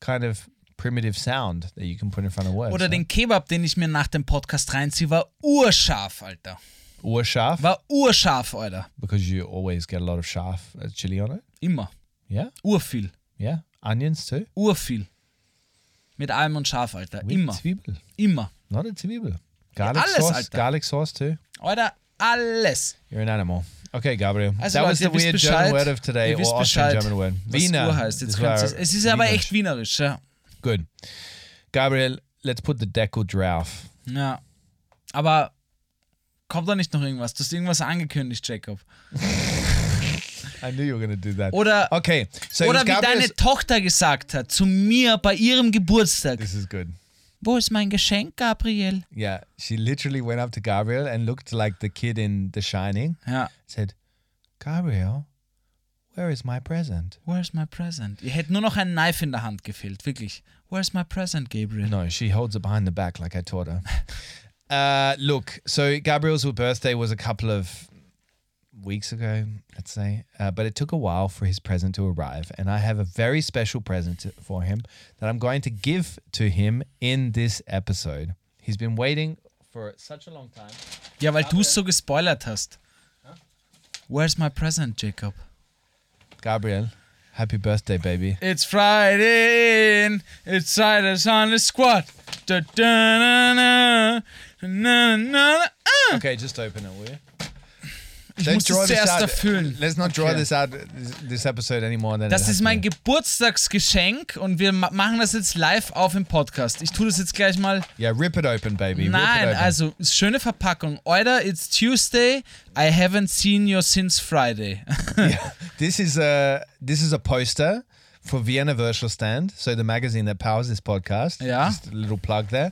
S4: kind of primitive sound that you can put in front of words.
S3: Oder
S4: no?
S3: den Kebab, den ich mir nach dem Podcast reinziehe, war urscharf, Alter.
S4: Ur scharf,
S3: War urscharf, Alter.
S4: because you always get a lot of scharf uh, chili on it.
S3: Immer.
S4: Yeah,
S3: Urviel.
S4: yeah. Onions too.
S3: Urviel. Mit allem und scharf, Alter.
S4: With
S3: Immer.
S4: Zwiebel.
S3: Immer.
S4: Not a Zwiebel. Garlic
S3: alles,
S4: sauce.
S3: Alter.
S4: Garlic sauce too.
S3: Alter, alles.
S4: You're an animal. Okay, Gabriel.
S3: Also,
S4: that
S3: Leute,
S4: was the
S3: ihr wisst
S4: weird
S3: Bescheid.
S4: German word of today,
S3: Ihr
S4: or
S3: wisst
S4: Austrian
S3: Bescheid,
S4: German word.
S3: was Uhr heißt. Jetzt
S4: This
S3: könnt
S4: war
S3: ihr's- es ist aber
S4: Wienerisch.
S3: echt wienerisch, ja.
S4: good. Gabriel, let's put the decal drauf.
S3: Ja. Aber kommt da nicht noch irgendwas? Du hast irgendwas angekündigt, Jacob.
S4: I knew you were gonna do that.
S3: Oder-
S4: okay, so
S3: Oder
S4: es
S3: wie
S4: gab
S3: deine
S4: es-
S3: Tochter gesagt hat, zu mir bei ihrem Geburtstag.
S4: This is good.
S3: Wo ist mein Geschenk, Gabriel?
S4: Yeah, she literally went up to Gabriel and looked like the kid in The Shining.
S3: Ja.
S4: Said, "Gabriel, where is my present?"
S3: Where's my present? Ihr hättet nur noch ein Knife in der Hand gefehlt, wirklich. Where's my present, Gabriel?
S4: No, she holds it behind the back like I taught her. uh, look, so Gabriel's birthday was a couple of weeks ago, let's say, uh, but it took a while for his present to arrive. And I have a very special present to- for him that I'm going to give to him in this episode. He's been waiting for such a long time.
S3: Ja, weil du es so gespoilert hast. Where's my present, Jacob?
S4: Gabriel, happy birthday, baby.
S3: It's Friday, and it's Fridays on the squad. Da, da, na, na, na, na, na. Ah.
S4: Okay, just open it, will you?
S3: Ich muss das zuerst erfüllen.
S4: Let's not draw
S3: Okay.
S4: this out this, this episode anymore. Than it
S3: Das
S4: has
S3: ist
S4: to
S3: mein
S4: be.
S3: Geburtstagsgeschenk und wir ma machen das jetzt live auf im Podcast. Ich tue das jetzt gleich mal.
S4: Yeah, rip it open, baby. rip it
S3: Nein,
S4: open.
S3: also ist schöne Verpackung. Oida, it's Tuesday. I haven't seen you since Friday.
S4: This is a this is a poster for Vienna Virtual Stand, so the magazine that powers this podcast.
S3: Yeah.
S4: just a little plug there.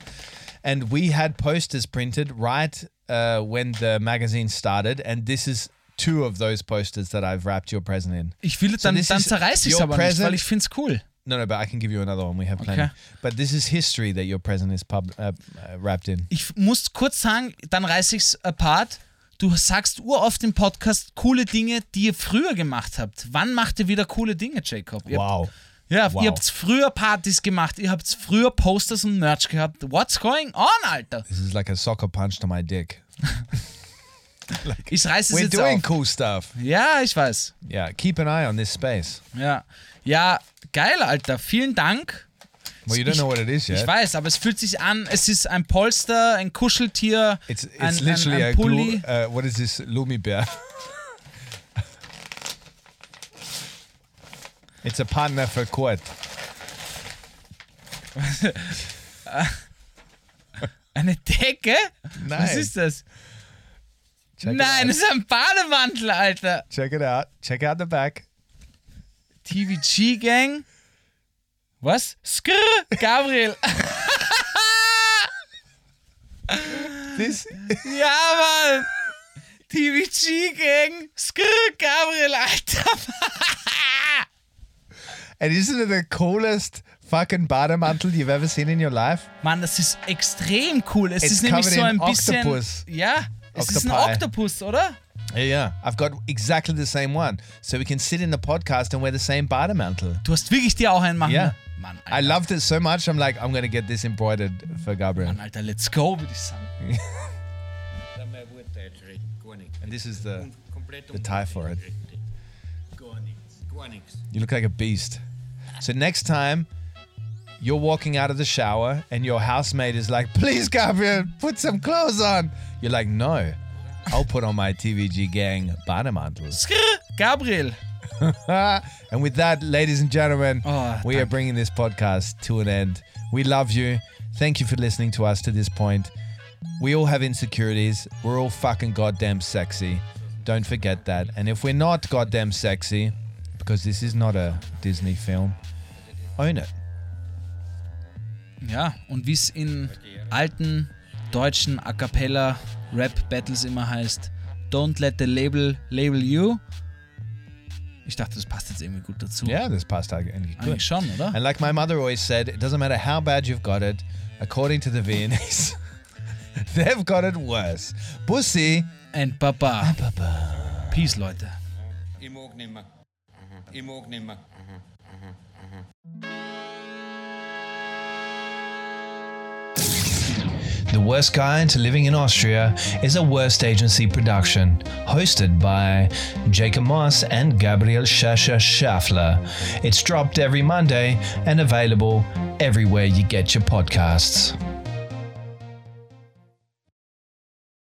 S4: And we had posters printed right uh, when the magazine started, and this is two of those posters that I've wrapped your present in.
S3: Ich will dann,
S4: this
S3: dann
S4: is
S3: zerreiß ich es
S4: your
S3: aber nicht,
S4: present?
S3: weil ich find's cool.
S4: No, no, but I can give you another one. We have plenty.
S3: Okay.
S4: But this is history that your present is pub- uh, uh, wrapped in.
S3: Ich muss kurz sagen, dann reiß ich's apart. Du sagst uroft im Podcast coole Dinge, die ihr früher gemacht habt. Wann macht ihr wieder coole Dinge, Jacob? Ihr
S4: Wow.
S3: Ja,
S4: Wow.
S3: ihr habt früher Partys gemacht, ihr habt früher Posters und Merch gehabt. What's going on, Alter?
S4: This is like a soccer punch to my dick.
S3: Ich reiß es
S4: We're
S3: jetzt
S4: doing
S3: auf.
S4: cool stuff.
S3: Ja, ich weiß.
S4: Yeah, keep an eye on this space.
S3: Ja. Ja, geil, Alter. Vielen Dank.
S4: Well, you don't
S3: Ich-
S4: know what it is yet.
S3: Ich weiß, aber es fühlt sich an, es ist ein Polster, ein Kuscheltier,
S4: It's it's
S3: ein,
S4: literally
S3: ein, ein
S4: a glue-
S3: Pulli.
S4: uh, what is this Lumi bear? it's a partner for quad.
S3: Eine Decke?
S4: Nein.
S3: Was ist das?
S4: Check
S3: Nein,
S4: it
S3: das
S4: out.
S3: ist ein Bademantel, Alter.
S4: check it out. Check out the back.
S3: TVG Gang. Was? Skrr, Gabriel.
S4: This
S3: ja, Mann. TVG Gang. Skrr, Gabriel, Alter.
S4: and isn't it the coolest fucking bottom mantle you've ever seen in your life?
S3: Mann, das ist extrem cool. Es
S4: It's
S3: ist nämlich
S4: covered
S3: so ein
S4: in
S3: bisschen.
S4: octopus.
S3: Ja, es ist ein
S4: Octopi.
S3: Oktopus, oder?
S4: Yeah, yeah. I've got exactly the same one, so we can sit in the podcast and wear the same bottom mantle.
S3: Du hast wirklich dir auch einen machen.
S4: Ja.
S3: ne? Mann, Alter.
S4: I loved it so much. I'm like, I'm gonna get this embroidered for Gabriel.
S3: Mann, Alter, let's go, würde ich sagen.
S4: And this is the the tie for it. You look like a beast. So next time you're walking out of the shower and your housemate is like, please, Gabriel, put some clothes on. You're like, no, I'll put on my TVG gang banner mantles.
S3: Skrr, Gabriel.
S4: and with that, ladies and gentlemen,
S3: Oh,
S4: we are bringing this podcast to an end. We love you. Thank you for listening to us to this point. We all have insecurities. We're all fucking goddamn sexy. Don't forget that. And if we're not goddamn sexy, because this is not a Disney film, own it.
S3: Ja, und wie es in alten deutschen A Cappella Rap Battles immer heißt, don't let the label label you. Ich dachte, das passt jetzt irgendwie gut dazu.
S4: Yeah, this past eigentlich
S3: Eigentlich
S4: gut.
S3: schon, oder?
S4: And like my mother always said, it doesn't matter how bad you've got it, according to the Viennese, they've got it worse. Pussy.
S3: And Baba. Peace, Leute.
S7: Ich mag nicht mehr. Ich mag nicht mehr.
S4: The Worst Guide to Living in Austria is a Worst Agency production, hosted by Jacob Moss and Gabriel Shasha Schaffler. It's dropped every Monday and available everywhere you get your podcasts.